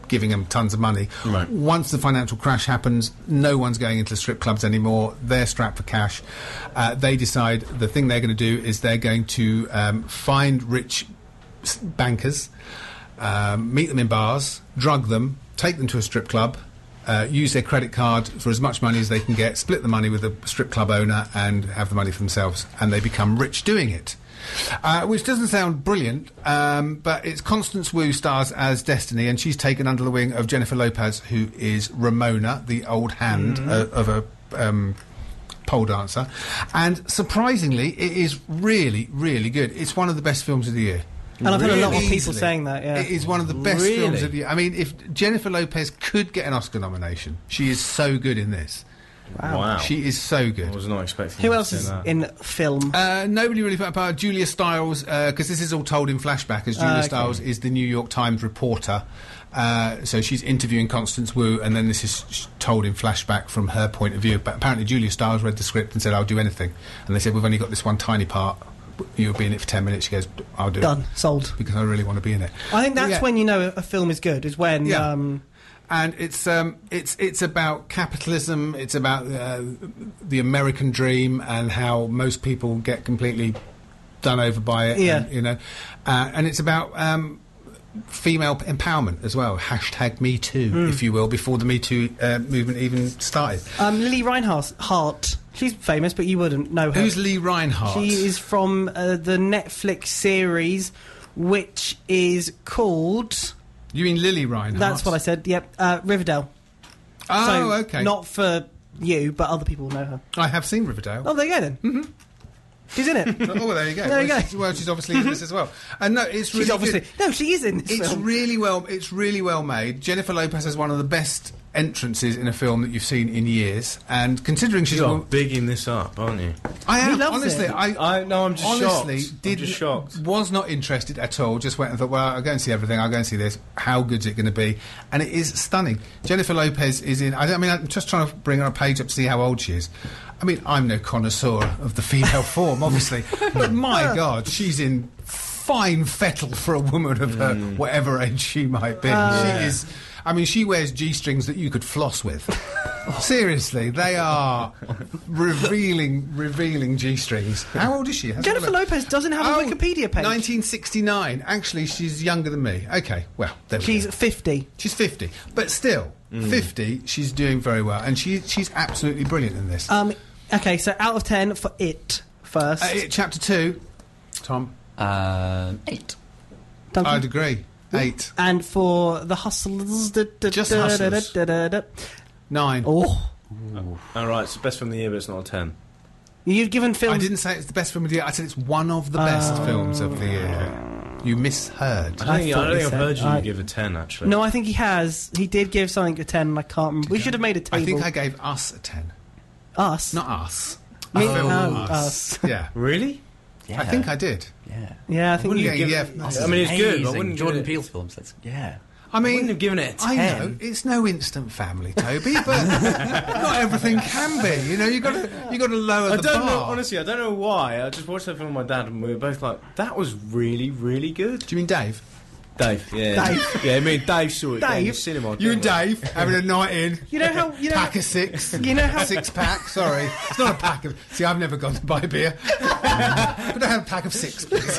giving them tons of money
Right.
once the financial crash happens no one's going into strip clubs anymore they're strapped for cash uh, they decide the thing they're going to do is they're going to um, find rich s- bankers um, meet them in bars, drug them, take them to a strip club, uh, use their credit card for as much money as they can get, split the money with the strip club owner, and have the money for themselves, and they become rich doing it. Uh, which doesn't sound brilliant, um, but it's Constance Wu stars as Destiny, and she's taken under the wing of Jennifer Lopez, who is Ramona, the old hand uh, of a um, pole dancer. And surprisingly, it is really, really good. It's one of the best films of the year.
And I've heard a lot of
Really
people
easily.
saying that, yeah.
It is one of the best
Really?
films of the year. I mean, if Jennifer Lopez could get an Oscar nomination, she is so good in this.
Wow.
She is so
I
good.
was not expecting.
Who
to
else
see
is
that.
in film?
Uh, nobody really found about Julia Stiles because this is all told in flashback. As Julia
okay.
Stiles is the New York Times reporter, uh, so she's interviewing Constance Wu, and then this is sh- told in flashback from her point of view. But apparently, Julia Stiles read the script and said, "I'll do anything," and they said, "We've only got this one tiny part. You'll be in it for ten minutes." She goes, "I'll do
Done.
it
Sold.
because I really want to be in it."
I think that's
Yeah.
when you know a a film is good, is when.
Yeah.
Um,
and it's um, it's it's about capitalism. It's about uh, the American dream and how most people get completely done over by it.
Yeah.
and, you know, uh, and it's about um, female p- empowerment as well. Hashtag Me Too,
Hmm.
if you will, before the Me Too uh, movement even started.
um, Lily Reinhardt. Hart. She's famous, but you wouldn't know her.
Who's Lee Reinhardt?
Uh, She is from uh, the Netflix series, which is called.
you mean Lily Reinhardt?
That's what I said. Yep, uh, Riverdale.
Oh,
so,
okay.
Not for you, but other people know her.
I have seen Riverdale.
Oh, there you go then. She's
*laughs*
in it.
Oh, there you go.
There you
well,
go.
She's, well, she's obviously in this as well. And no, it's really
She's
good.
obviously no. She is in this
It's
film.
really well. It's really well made. Jennifer Lopez has one of the best entrances in a film that you've seen in years. And considering she's, a
You're
woman-
bigging this up, aren't you?
I am
loves
honestly.
it.
I,
I no, I'm just
honestly
shocked. I'm
did
just shocked.
was not interested at all. Just went and thought, well, I'll go and see everything. I'll go and see this. How good's it going to be? And it is stunning. Jennifer Lopez is in. I, don't, I mean, I'm just trying to bring her a page up to see how old she is. I mean, I'm no connoisseur of the female form, obviously, but my God, she's in fine fettle for a woman of her whatever age she might be. she is. I mean, she wears g-strings that you could floss with. Seriously, they are revealing, revealing g-strings. How old is she? Let's have a
Jennifer
look.
Lopez doesn't have a
Oh,
Wikipedia page.
1969. Actually, she's younger than me. Okay, well, there we
She's
go.
fifty.
she's 50, but still 50. She's doing very well, and she she's absolutely brilliant in this.
Um. Okay. So out of ten for it first.
Uh, it- chapter two, Tom.
Uh, eight.
Duncan?
I'd agree. Eight,
and for the hustlers. da- da-
Just
da- da-
Hustlers.
da- da- da-
nine.
Oh,
All right, it's the best film of the year, but it's not a ten.
you've given
I
films.
didn't say it's the best film of the year. I said it's one of the best
Uh.
films of the year. You misheard.
I
I
don't think,
thought
I
you
don't think I've
said-
heard you
I-
give a ten actually.
No, I think he has. He did give something a ten. and I can't. remember. We should have made a table.
I think I gave us a ten.
Us.
Not us.
Me-
The film
oh, us.
Yeah.
really.
Yeah.
I think I did.
Yeah.
Yeah, I
I
think
wouldn't
you.
get- yeah, us
I
is
mean, it's good. but I
Amazing.
wouldn't
Jordan
give it-
Peele's films. That's yeah.
I mean,
wouldn't have given it a
I
10.
know it's no instant family, Toby, but *laughs* not everything can be. You know, you got to you got to lower
I
the
don't know.
bar.
Honestly, I don't know why. I just watched that film with my dad, and we were both like, "That was really, really good."
Do you mean Dave?
Dave, yeah, Dave, yeah. I mean, Dave saw it. yeah, in the
Dave?
cinema.
You and
didn't we?
Dave having a night *laughs* in.
You know how you know.
pack of *laughs* six.
You know how-
six pack. Sorry, it's not a pack of. See, I've never gone to buy beer. *laughs* Could I have a pack of six, please?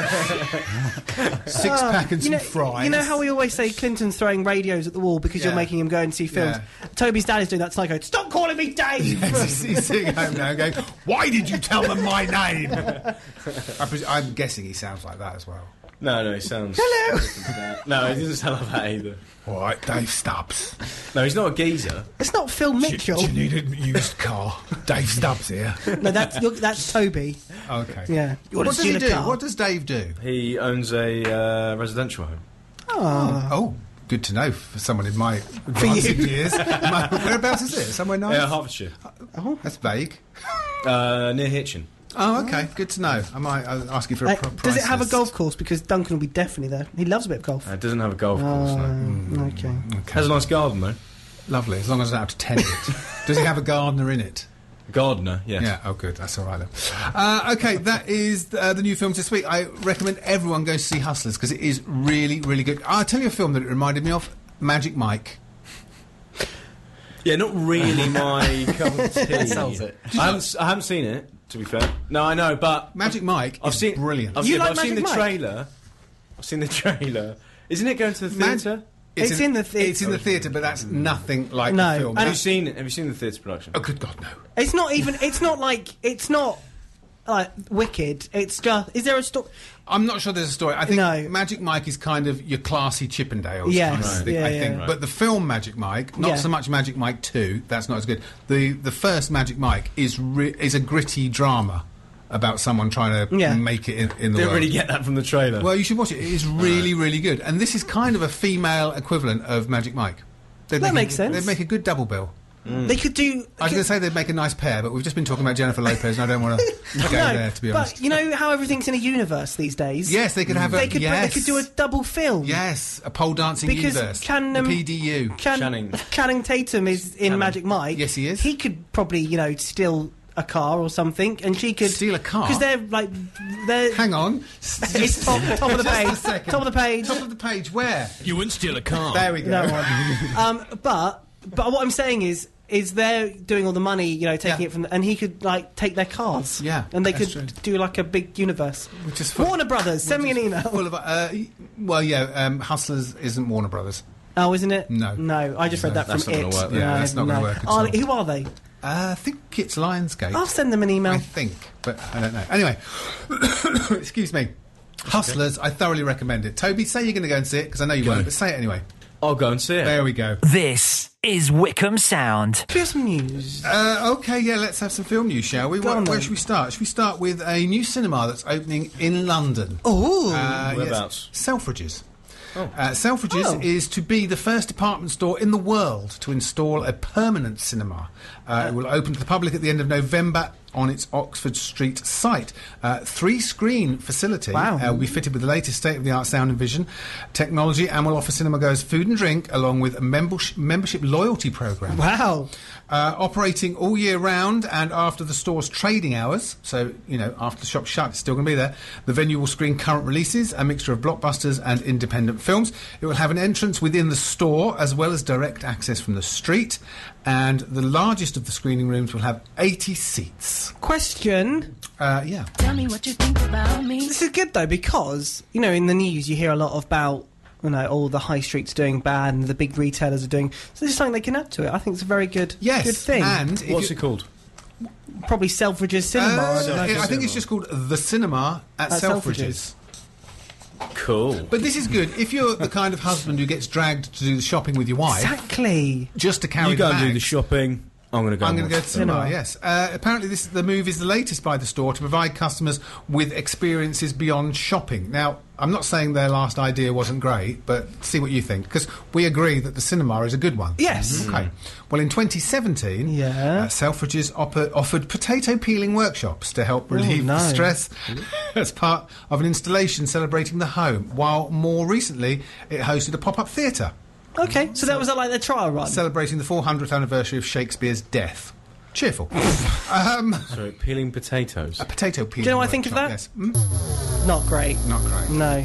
*laughs* six pack and
Ah, you
some
know,
fries.
you know how we always say Clinton's throwing radios at the wall because
Yeah.
you're making him go and see films. Toby's dad is doing that. It's like, stop calling me
*laughs*
Dave.
He's, he's sitting home now going, Why did you tell them my name? *laughs* I pres- I'm guessing he sounds like that as well.
No, no, he sounds. Hello. no, he doesn't sound like that either.
All right, Dave *laughs* Stubbs.
No, he's not a geezer.
it's not Phil Mitchell.
Do you need a used car? Dave Stubbs here.
no, that's look, that's Toby.
Okay.
Yeah.
What does he
Steal a
do?
car.
What does Dave do?
He owns a uh, residential home.
Ah.
Oh, good to know for someone
*laughs*
in my advanced years. My- whereabouts is it? Somewhere nice?
Yeah, Hertfordshire,
That's vague.
uh, near Hitchin.
Oh, okay. Good to know. I might I'll ask you for a
Uh,
pro- price
does it have a
list.
golf course? Because Duncan will be definitely there. He loves a bit of golf.
Uh, it doesn't have a golf course. no.
Um,
Mm.
okay.
Has a nice garden though.
Lovely, as long as I don't have to tend
*laughs*
it. does it have a gardener in it?
Gardener, yes.
Yeah, oh, good. That's all right then. Uh, okay, that is uh, the new films this week. I recommend everyone go to see Hustlers because it is really, really good. I'll tell you a film that it reminded me of Magic Mike.
Yeah, not really my cup of tea.
That sells it.
I haven't, s- I haven't seen it, to be fair. No, I know, but
Magic Mike
I've
is
seen
brilliant.
I've,
You
seen,
like
I've seen the
Magic Mike?
trailer. I've seen the trailer. Isn't it going to the
Mag-
theatre?
It's in the theatre.
It's in the theatre, but that's nothing like
No,
the film.
and
Have you
That's-
seen it? Have you seen the theatre production?
oh, good God, no.
It's not even. It's not like. It's not like wicked. It's just. Is there a story?
I'm not sure there's a story. I think
No.
Magic Mike is kind of your classy Chippendales.
Yes,
kind of
Right.
thing,
yeah,
I think.
yeah.
But the film Magic Mike, not
Yeah.
so much Magic Mike 2, that's not as good. The the first Magic Mike is re- is a gritty drama about someone trying to
Yeah.
make it in, in the
Didn't
world.
really get that from the trailer.
well, you should watch it. It is really, really good. And this is kind of a female equivalent of Magic Mike. They'd
That
make a-
makes sense.
They'd make a good double bill.
They could do.
Mm. I was going to say they'd make a nice pair, but we've just been talking about Jennifer Lopez, and I
*laughs*
don't want to
no,
go there, to be
but
honest.
you know how everything's in a universe these days.
Yes, they could have a.
They could.
yes.
They could do a double film.
Yes, a pole dancing
Because
universe.
can,
the
um,
PDU.
Can,
Channing.
Channing Tatum is in Magic Mike.
Yes, he is.
He could probably, you know, steal a car or something, and she could
Steal a car?
because they're like they're.
Hang on.
*laughs* it's top, top of the
*laughs* Just a
page.
second.
Top of the page.
Top of the page. Where?
You wouldn't steal a car.
There we go.
No one. um, but but what I'm saying is is they're doing all the money, you know, taking
Yeah.
it from, the, and he could like take their cars,
Yeah,
and they could
that's true.
do like a big universe.
Which is full,
Warner Brothers, send me an email.
*laughs* full of. Uh, well, yeah. Um, Hustlers isn't Warner Brothers.
Oh, isn't it?
No.
no. I just read that
that's
from
not
it.
gonna work,
yeah, that's not gonna work at
Are-
all.
Who are they?
Uh, I think it's Lionsgate.
I'll send them an email.
I think, but I don't know. Anyway, *coughs* excuse me. Hustlers, I thoroughly recommend it. Toby, say you're going to go and see it because I know you won't, but say it anyway.
I'll go and see it.
There we go.
This is Wickham Sound.
We have some news.
Uh, okay, yeah, let's have some film news, shall we? Where,
on
where
then.
should we start? Should we start with a new cinema that's opening in London?
Ooh.
Uh,
Whereabouts?
Selfridges. Uh, Selfridges
Oh.
is to be the first department store in the world to install a permanent cinema. Uh, it will open to the public at the end of November on its Oxford Street site. Uh, three screen facility
Wow.
uh, will be fitted with the latest state of the art sound and vision technology and will offer cinema goers food and drink along with a membership, membership loyalty program
wow.
uh, operating all year round and after the store's trading hours. So, you know, after the shop's shut, it's still going to be there. The venue will screen current releases, a mixture of blockbusters and independent films. It will have an entrance within the store as well as direct access from the street. And the largest of the screening rooms will have 80 seats.
Question.
Uh, yeah.
Tell me what you think about me.
This is good though because you know in the news you hear a lot about you know all the high streets doing bad and the big retailers are doing. So this is something they can add to it. I think it's a very good,
Yes.
good thing.
And if
What's
you-
it called?
Probably Selfridges
Uh,
Cinema. I don't know.
I think it's just called The Cinema at,
At
Selfridges.
Selfridges.
Cool.
But this is good. If you're the kind of husband who gets dragged to do the shopping with your wife,
exactly.
just to carry
You go
the
and do the
bags,
shopping. I'm going to go.
I'm
and
going to go
watch
to
it.
cinema. Yes. Uh, apparently, this the move is the latest by the store to provide customers with experiences beyond shopping. Now, I'm not saying their last idea wasn't great, but see what you think because we agree that the cinema is a good one. Mm-hmm.
Yes.
Okay. Well, in 2017,
Yeah.
uh, Selfridges oppo- offered potato peeling workshops to help relieve
no.
the stress *laughs* as part of an installation celebrating the home. While more recently, it hosted a pop-up theatre
Okay, so that was uh, like their trial run.
celebrating the 400th anniversary of Shakespeare's death. Cheerful.
So peeling potatoes.
A potato peel.
Do you know what I think of that?
Yes. Mm,
Not great.
not great.
No.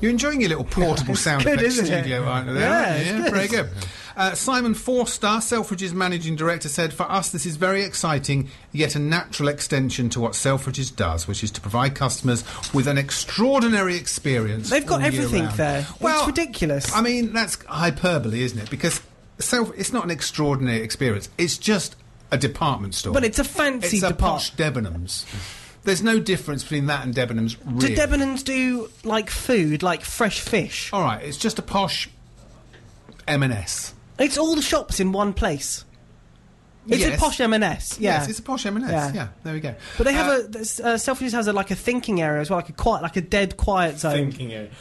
You're enjoying
*laughs*
your little portable sound
good,
effects
isn't it?
studio, aren't you? there?
Yeah, it's
yeah,
good.
very good. Uh, Simon Forster, Selfridge's managing director, said, "For us, this is very exciting, yet a natural extension to what Selfridges does, which is to provide customers with an extraordinary experience.
They've got
all year
everything
round."
there. It's
Well,
ridiculous.
I mean, that's hyperbole, isn't it? Because self, it's not an extraordinary experience. It's just a department store.
But it's a fancy
it's a
department.
posh Debenhams. There's no difference between that and Debenhams. Really.
Do Debenhams do like food, like fresh fish?
All right, it's just a posh M&S.
It's all the shops in one place. It's
Yes.
a posh M&S. Yeah.
Yes, it's a posh M&S. Yeah,
Yeah.
there we go.
But they have
Uh,
a there's, uh, Selfridges has a, like a thinking area as well, like a quiet, like a dead quiet zone.
it.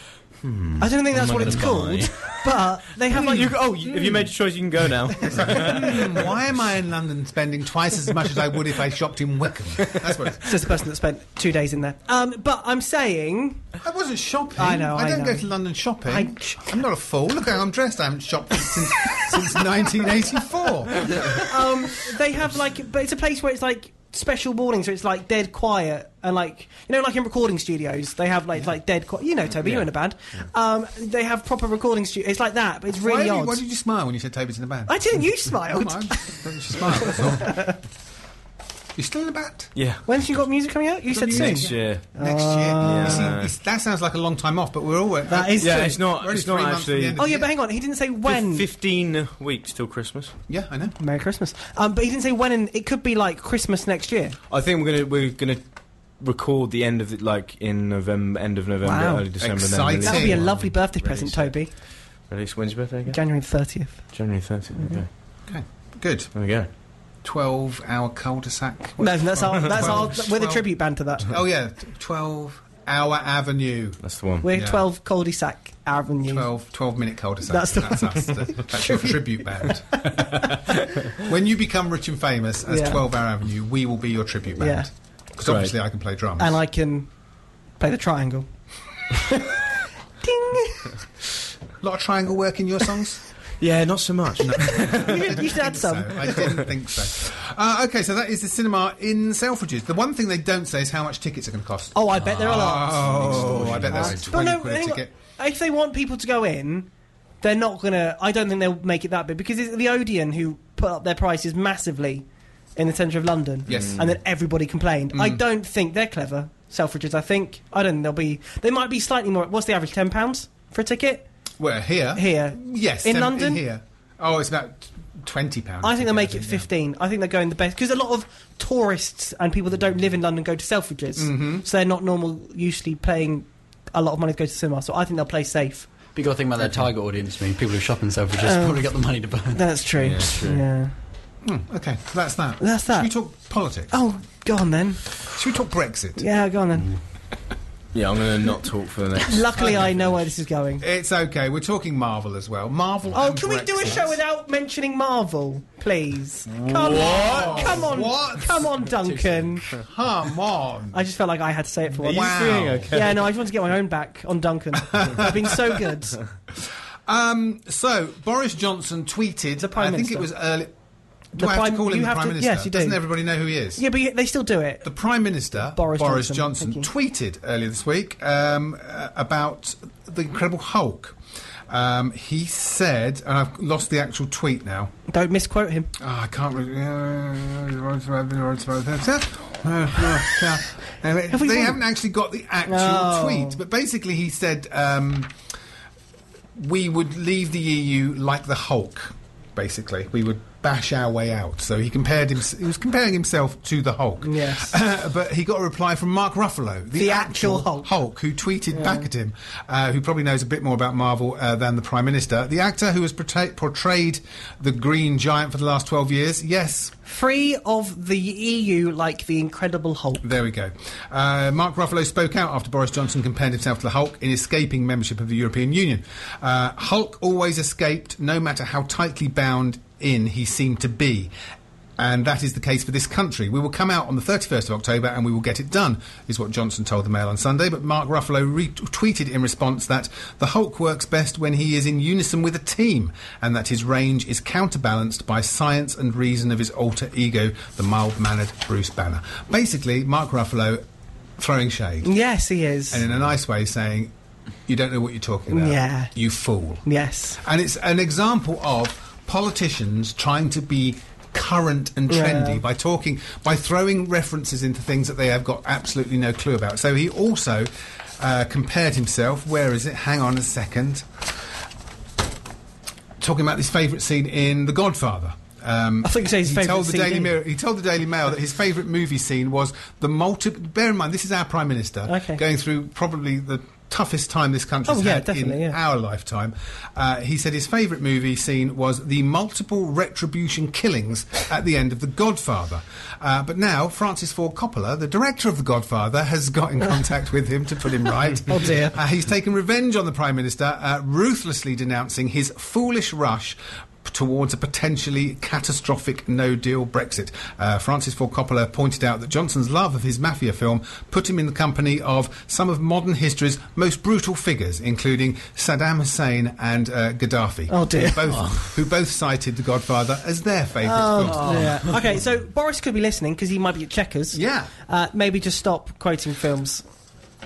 I don't think that's
am I
what it's
gonna
called, *laughs* but they have like
You, oh, you- have you made your choice? You can
*laughs*
go now.
Hmm, why am I in London spending twice as much as I would if I shopped in Wickham? That's what it is.
says the person that spent two days in there. Um, but I'm saying
I wasn't shopping.
I know,
I
I
don't
know.
go to London shopping. I,
I-
am not a fool. Look how I'm dressed. I haven't shopped since,
*laughs*
since 1984.
um, they have like, but it's a place where it's like special warnings, so it's like dead quiet and like you know, like in recording studios, they have like like dead quiet. You know, Toby, you're in a band. Um, they have proper recording studio. It's like that, but it's really
why,
odd.
Did, why did you smile when you said Toby's in the band?
I didn't. You
Oh,
smiled.
my,
*laughs*
I thought you smiled, that's all. You still in the band?
yeah.
When's you got music coming out? You said soon.
Next year.
Next year. You see,
Yeah.
it's- that sounds like a long time off, but we're all
Ah. That is
Yeah,
true.
it's not.
We're only
It's not
three months from the
actually.
end
Oh yeah, but hang on. He didn't say when.
Fifteen weeks till Christmas.
Yeah, I know.
Merry Christmas. Um, but he didn't say when, and it could be like Christmas next year.
I think we're gonna we're gonna record the end of it like in November, end of November,
Wow.
early December.
Exciting.
That
Then
would be a
Wow.
lovely birthday
Really
present,
sad.
Toby.
release, release when's your birthday again?
January thirtieth.
January thirtieth. Okay,
Good.
there we go.
12 hour cul de sac.
No, that's
*laughs*
our. That's our. We're the
Twelve.
tribute band to that.
Oh, yeah. t- 12 hour avenue.
That's the one.
We're
Yeah.
twelve cul-de-sac Avenue.
12, 12 minute cul de sac.
That's the- *laughs*
us. That- That's your tribute band. *laughs* when you become rich and famous as
Yeah.
12 hour avenue, we will be your tribute
Yeah.
band. Because
Great.
obviously I can play drums.
and I can play the
*laughs*
triangle. Ding!
a lot of triangle work in your songs?
Yeah, not so much. No.
You, you should add *laughs*
so.
some.
I didn't think so. Uh, okay, so that is the cinema in Selfridges. The one thing they don't say is how much tickets are going to cost.
Oh, I bet there are lots.
Oh, I bet
Right.
that's a
But
20
no,
quid a
hang on.
ticket.
if they want people to go in, they're not gonna. I don't think they'll make it that big because it's the Odeon who put up their prices massively in the centre of London.
Yes. Mm.
and then everybody complained. I don't think they're clever, Selfridges. I think I don't. think They'll be. They might be slightly more. What's the average? Ten pounds for a ticket
Where, here?
here.
Yes,
In
seven-
London?
Here. Oh, it's about twenty pounds.
I think they'll make it 15. I think they're going the best because a lot of tourists and people that don't live in London go to
Mm-hmm.
Selfridges, so they're not normal usually paying a lot of money to go to cinema. So I think they'll play safe
But you got to think about their target audience. I mean, people who shop in Selfridges just probably got the money to buy.
That's true. Yeah,
Okay, so that's that.
That's that.
Should we talk politics?
Oh, go on then.
Should we talk Brexit?
Yeah, go on then.
Yeah, I'm going to not talk for the next.
Luckily, I know where this is going.
It's okay. We're talking Marvel as well. Marvel.
Oh,
and
can we do a
Brexit.
show without mentioning Marvel, please? Come on,
What?
come on,
What?
come on, Duncan.
Come on.
I just felt like I had to say it for once.
Wow. feeling okay?
Yeah, no, I just want to get my own back on
*laughs*
Duncan. I've been so good.
Um, so Boris Johnson tweeted.
The Prime
I think
Minister.
it was early. Do I have
Prime-
to call him
you
the
have
Prime
to-
Minister?
yes, you do.
Doesn't everybody know who he is?
Yeah, but they still do it.
The Prime Minister,
Boris
Boris,
Johnson,
Johnson,
thank
tweeted earlier this week um, uh, about the Incredible Hulk. Um, he said, and I've lost the actual tweet now.
Don't misquote him.
Ah, I can't really. Have
we
they
won?
haven't actually got the actual
No.
tweet, but basically he said um, we would leave the EU like the Hulk. Basically, we would bash our way out. So he compared him. He was comparing himself to the Hulk.
Yes.
*laughs* but he got a reply from Mark Ruffalo, the,
The actual Hulk.
Hulk, who tweeted back at him, uh, who probably knows a bit more about Marvel uh, than the Prime Minister. The actor who has portray- portrayed the Green Giant for the last 12 years. Yes,
Free of the EU, like the Incredible Hulk.
there we go. Uh, Mark Ruffalo spoke out after Boris Johnson compared himself to the Hulk in escaping membership of the European Union. Uh, Hulk always escaped, no matter how tightly bound in he seemed to be. And that is the case for this country. We will come out on the 31st of October and we will get it done, is what Johnson told the Mail on Sunday. But Mark Ruffalo retweeted in response that the Hulk works best when he is in unison with a team and that his range is counterbalanced by science and reason of his alter ego, the mild mannered Bruce Banner. Basically, Mark Ruffalo throwing shade
Yes, he is.
and in a nice way saying, You don't know what you're talking about.
Yeah.
You fool.
yes.
And it's an example of politicians trying to be current and trendy
Yeah.
by talking by throwing references into things that they have got absolutely no clue about. So he also uh, compared himself. Where is it? Hang on a second. Talking about his favourite scene in The Godfather. Um,
I thought you said his
he
favourite
told the
scene,
Daily
didn't he?
Mirror. He told the Daily Mail that his favourite movie scene was the multi. Bear in mind, this is our Prime Minister
Okay.
going through probably the toughest time this country's
Oh, yeah,
had in
definitely, yeah.
our lifetime. Uh, he said his favourite movie scene was the multiple retribution killings at the end of The Godfather. Uh, but now, Francis Ford Coppola, the director of The Godfather, has got
*laughs*
in contact with him to put him right.
Oh, dear.
Uh, he's taken revenge on the Prime Minister, uh, ruthlessly denouncing his foolish rush. Towards a potentially catastrophic no deal Brexit. Uh, Francis Ford Coppola pointed out that Johnson's love of his mafia film put him in the company of some of modern history's most brutal figures, including Saddam Hussein and uh, Gaddafi.
Oh, Oh. dear.
Who both, who both cited The Godfather as their favourite film.
Yeah. Okay, so Boris could be listening because he might be at Checkers.
Yeah.
Uh, maybe just stop quoting films.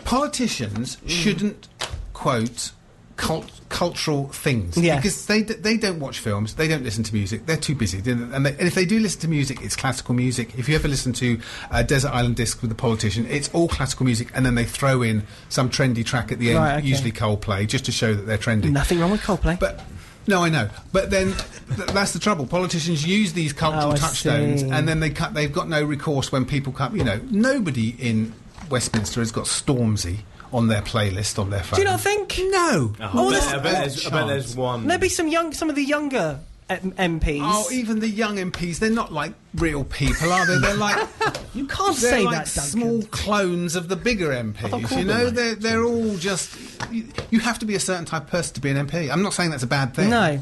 politicians
Mm.
shouldn't quote cult- cultural things
Yeah.
because they d- they don't watch films, they don't listen to music, they're too busy. They- And, they, and if they do listen to music, it's classical music. If you ever listen to uh, Desert Island Disc with the politician, it's all classical music, and then they throw in some trendy track at the end,
Right, okay.
usually Coldplay, just to show that they're trendy.
Nothing wrong with Coldplay.
But no, I know. But then th- that's the trouble. Politicians use these cultural
Oh, I
touchstones,
see.
and then they cut, they've got no recourse when people come. You know, nobody in Westminster has got Stormzy on their playlist on their phone.
Do you not think? No.
I,
All
bet,
this-
I bet there's, I bet there's one.
Maybe some young, some of the younger M- MPs.
Oh, even the young MPs, they're not like real people, are they? They're like
you can't
they're
*laughs* say
like
that, Duncan.
small clones of the bigger MPs. You
Corbyn
know,
liked
they're they're all just. You, you have to be a certain type of person to be an MP. I'm not saying that's a bad thing.
No,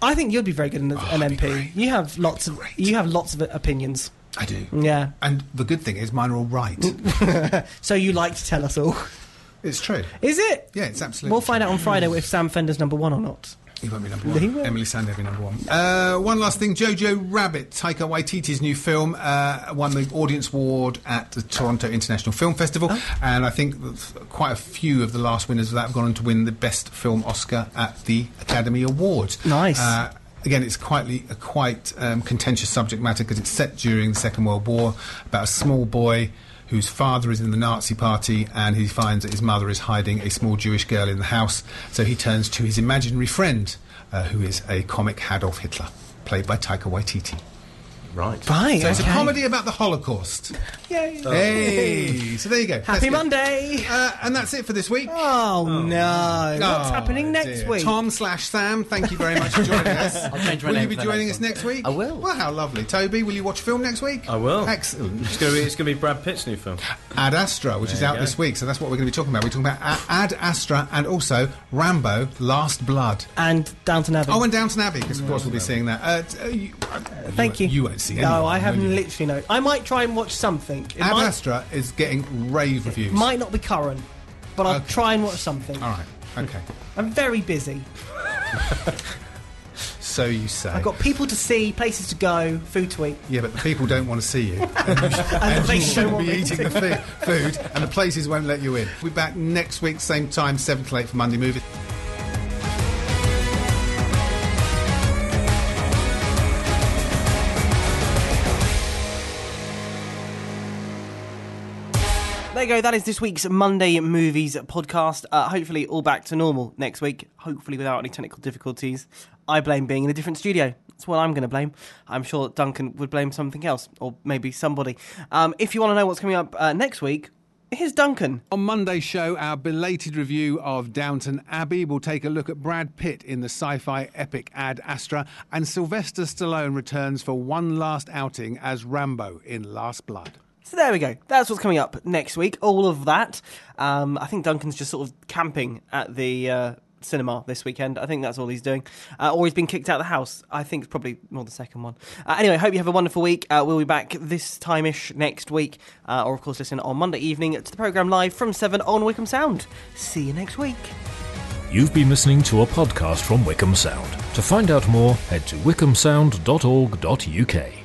I think you'd be very good in an
Oh, that'd be
MP.
great.
You have lots of
great.
you have lots of opinions.
I do.
Yeah,
And the good thing is, mine are
*laughs*
all right.
so you like to tell us all, *laughs*
it's true.
is it?
Yeah, it's absolutely.
We'll find out on Friday if Sam Fender's number one or not.
He won't be number
He
one.
will.
Emily Sandé will be number one. Uh, one last thing Jojo Rabbit, Taika Waititi's new film, uh, won the Audience Award at the Toronto International Film Festival.
Oh.
And I think that quite a few of the last winners of that have gone on to win the Best Film Oscar at the Academy Awards.
Nice.
Uh, Again, it's quietly a quite um, contentious subject matter because it's set during the Second World War about a small boy whose father is in the Nazi party and he finds that his mother is hiding a small Jewish girl in the house. So he turns to his imaginary friend, uh, who is a comic Adolf Hitler, played by Taika Waititi.
Right.
Right.
So it's a
okay.
comedy about the Holocaust.
Yay.
Hey, so there you go. That's
Happy
good.
Monday.
Uh, and that's it for this week.
Oh, no. What's
Oh,
happening next
dear.
week?
Tom slash Sam, thank you very much for joining us.
I'll change my
will
name
you be
for the
joining
next
us
one.
next week?
I will.
Well, how lovely. Toby, will you watch a film next week?
I will.
Excellent.
It's gonna be it's gonna be Brad Pitt's new film.
Ad Astra, which is
There you
out
go.
this week, so that's what we're going to be talking about. We're talking about A- Ad Astra and also Rambo: Last Blood.
And Downton Abbey.
Oh, and Downton Abbey, because of course we'll be seeing that. Uh, t- uh, you, uh,
Thank you.
You won't see.
No, I
anyone, will
haven't
you?
literally no. I might try and watch something. It
Ad
might,
Astra is getting rave reviews.
might not be current, but I'll
Okay.
try and watch something.
All right. Okay.
I'm very busy.
So you say.
I've got people to see, places to go, food to eat.
Yeah, but the people don't want to see you.
And the
You
places don't
shouldn't
want
be
me
eating
to.
the food, food, and the places won't let you in. We'll be back next week, same time, 7 to 8 for Monday Movies.
There you go. That is this week's Monday Movies podcast. Uh, hopefully, all back to normal next week. Hopefully, without any technical difficulties. I blame being in a different studio. That's what I'm going to blame. I'm sure Duncan would blame something else, or maybe somebody. Um, if you want to know what's coming up uh, next week, here's Duncan.
On Monday's show, our belated review of Downton Abbey will take a look at Brad Pitt in the sci fi epic Ad Astra, and Sylvester Stallone returns for one last outing as Rambo in Last Blood.
So there we go. That's what's coming up next week. All of that. Um, I think Duncan's just sort of camping at the uh, cinema this weekend. I think that's all he's doing. Uh, or he's been kicked out of the house. I think it's probably more the second one. Uh, anyway, hope you have a wonderful week. Uh, we'll be back this time-ish next week. Uh, or, of course, listen on Monday evening to the programme live from 7 on Wickham Sound. See you next week.
You've been listening to a podcast from Wickham Sound. To find out more, head to wickhamsound.org.uk.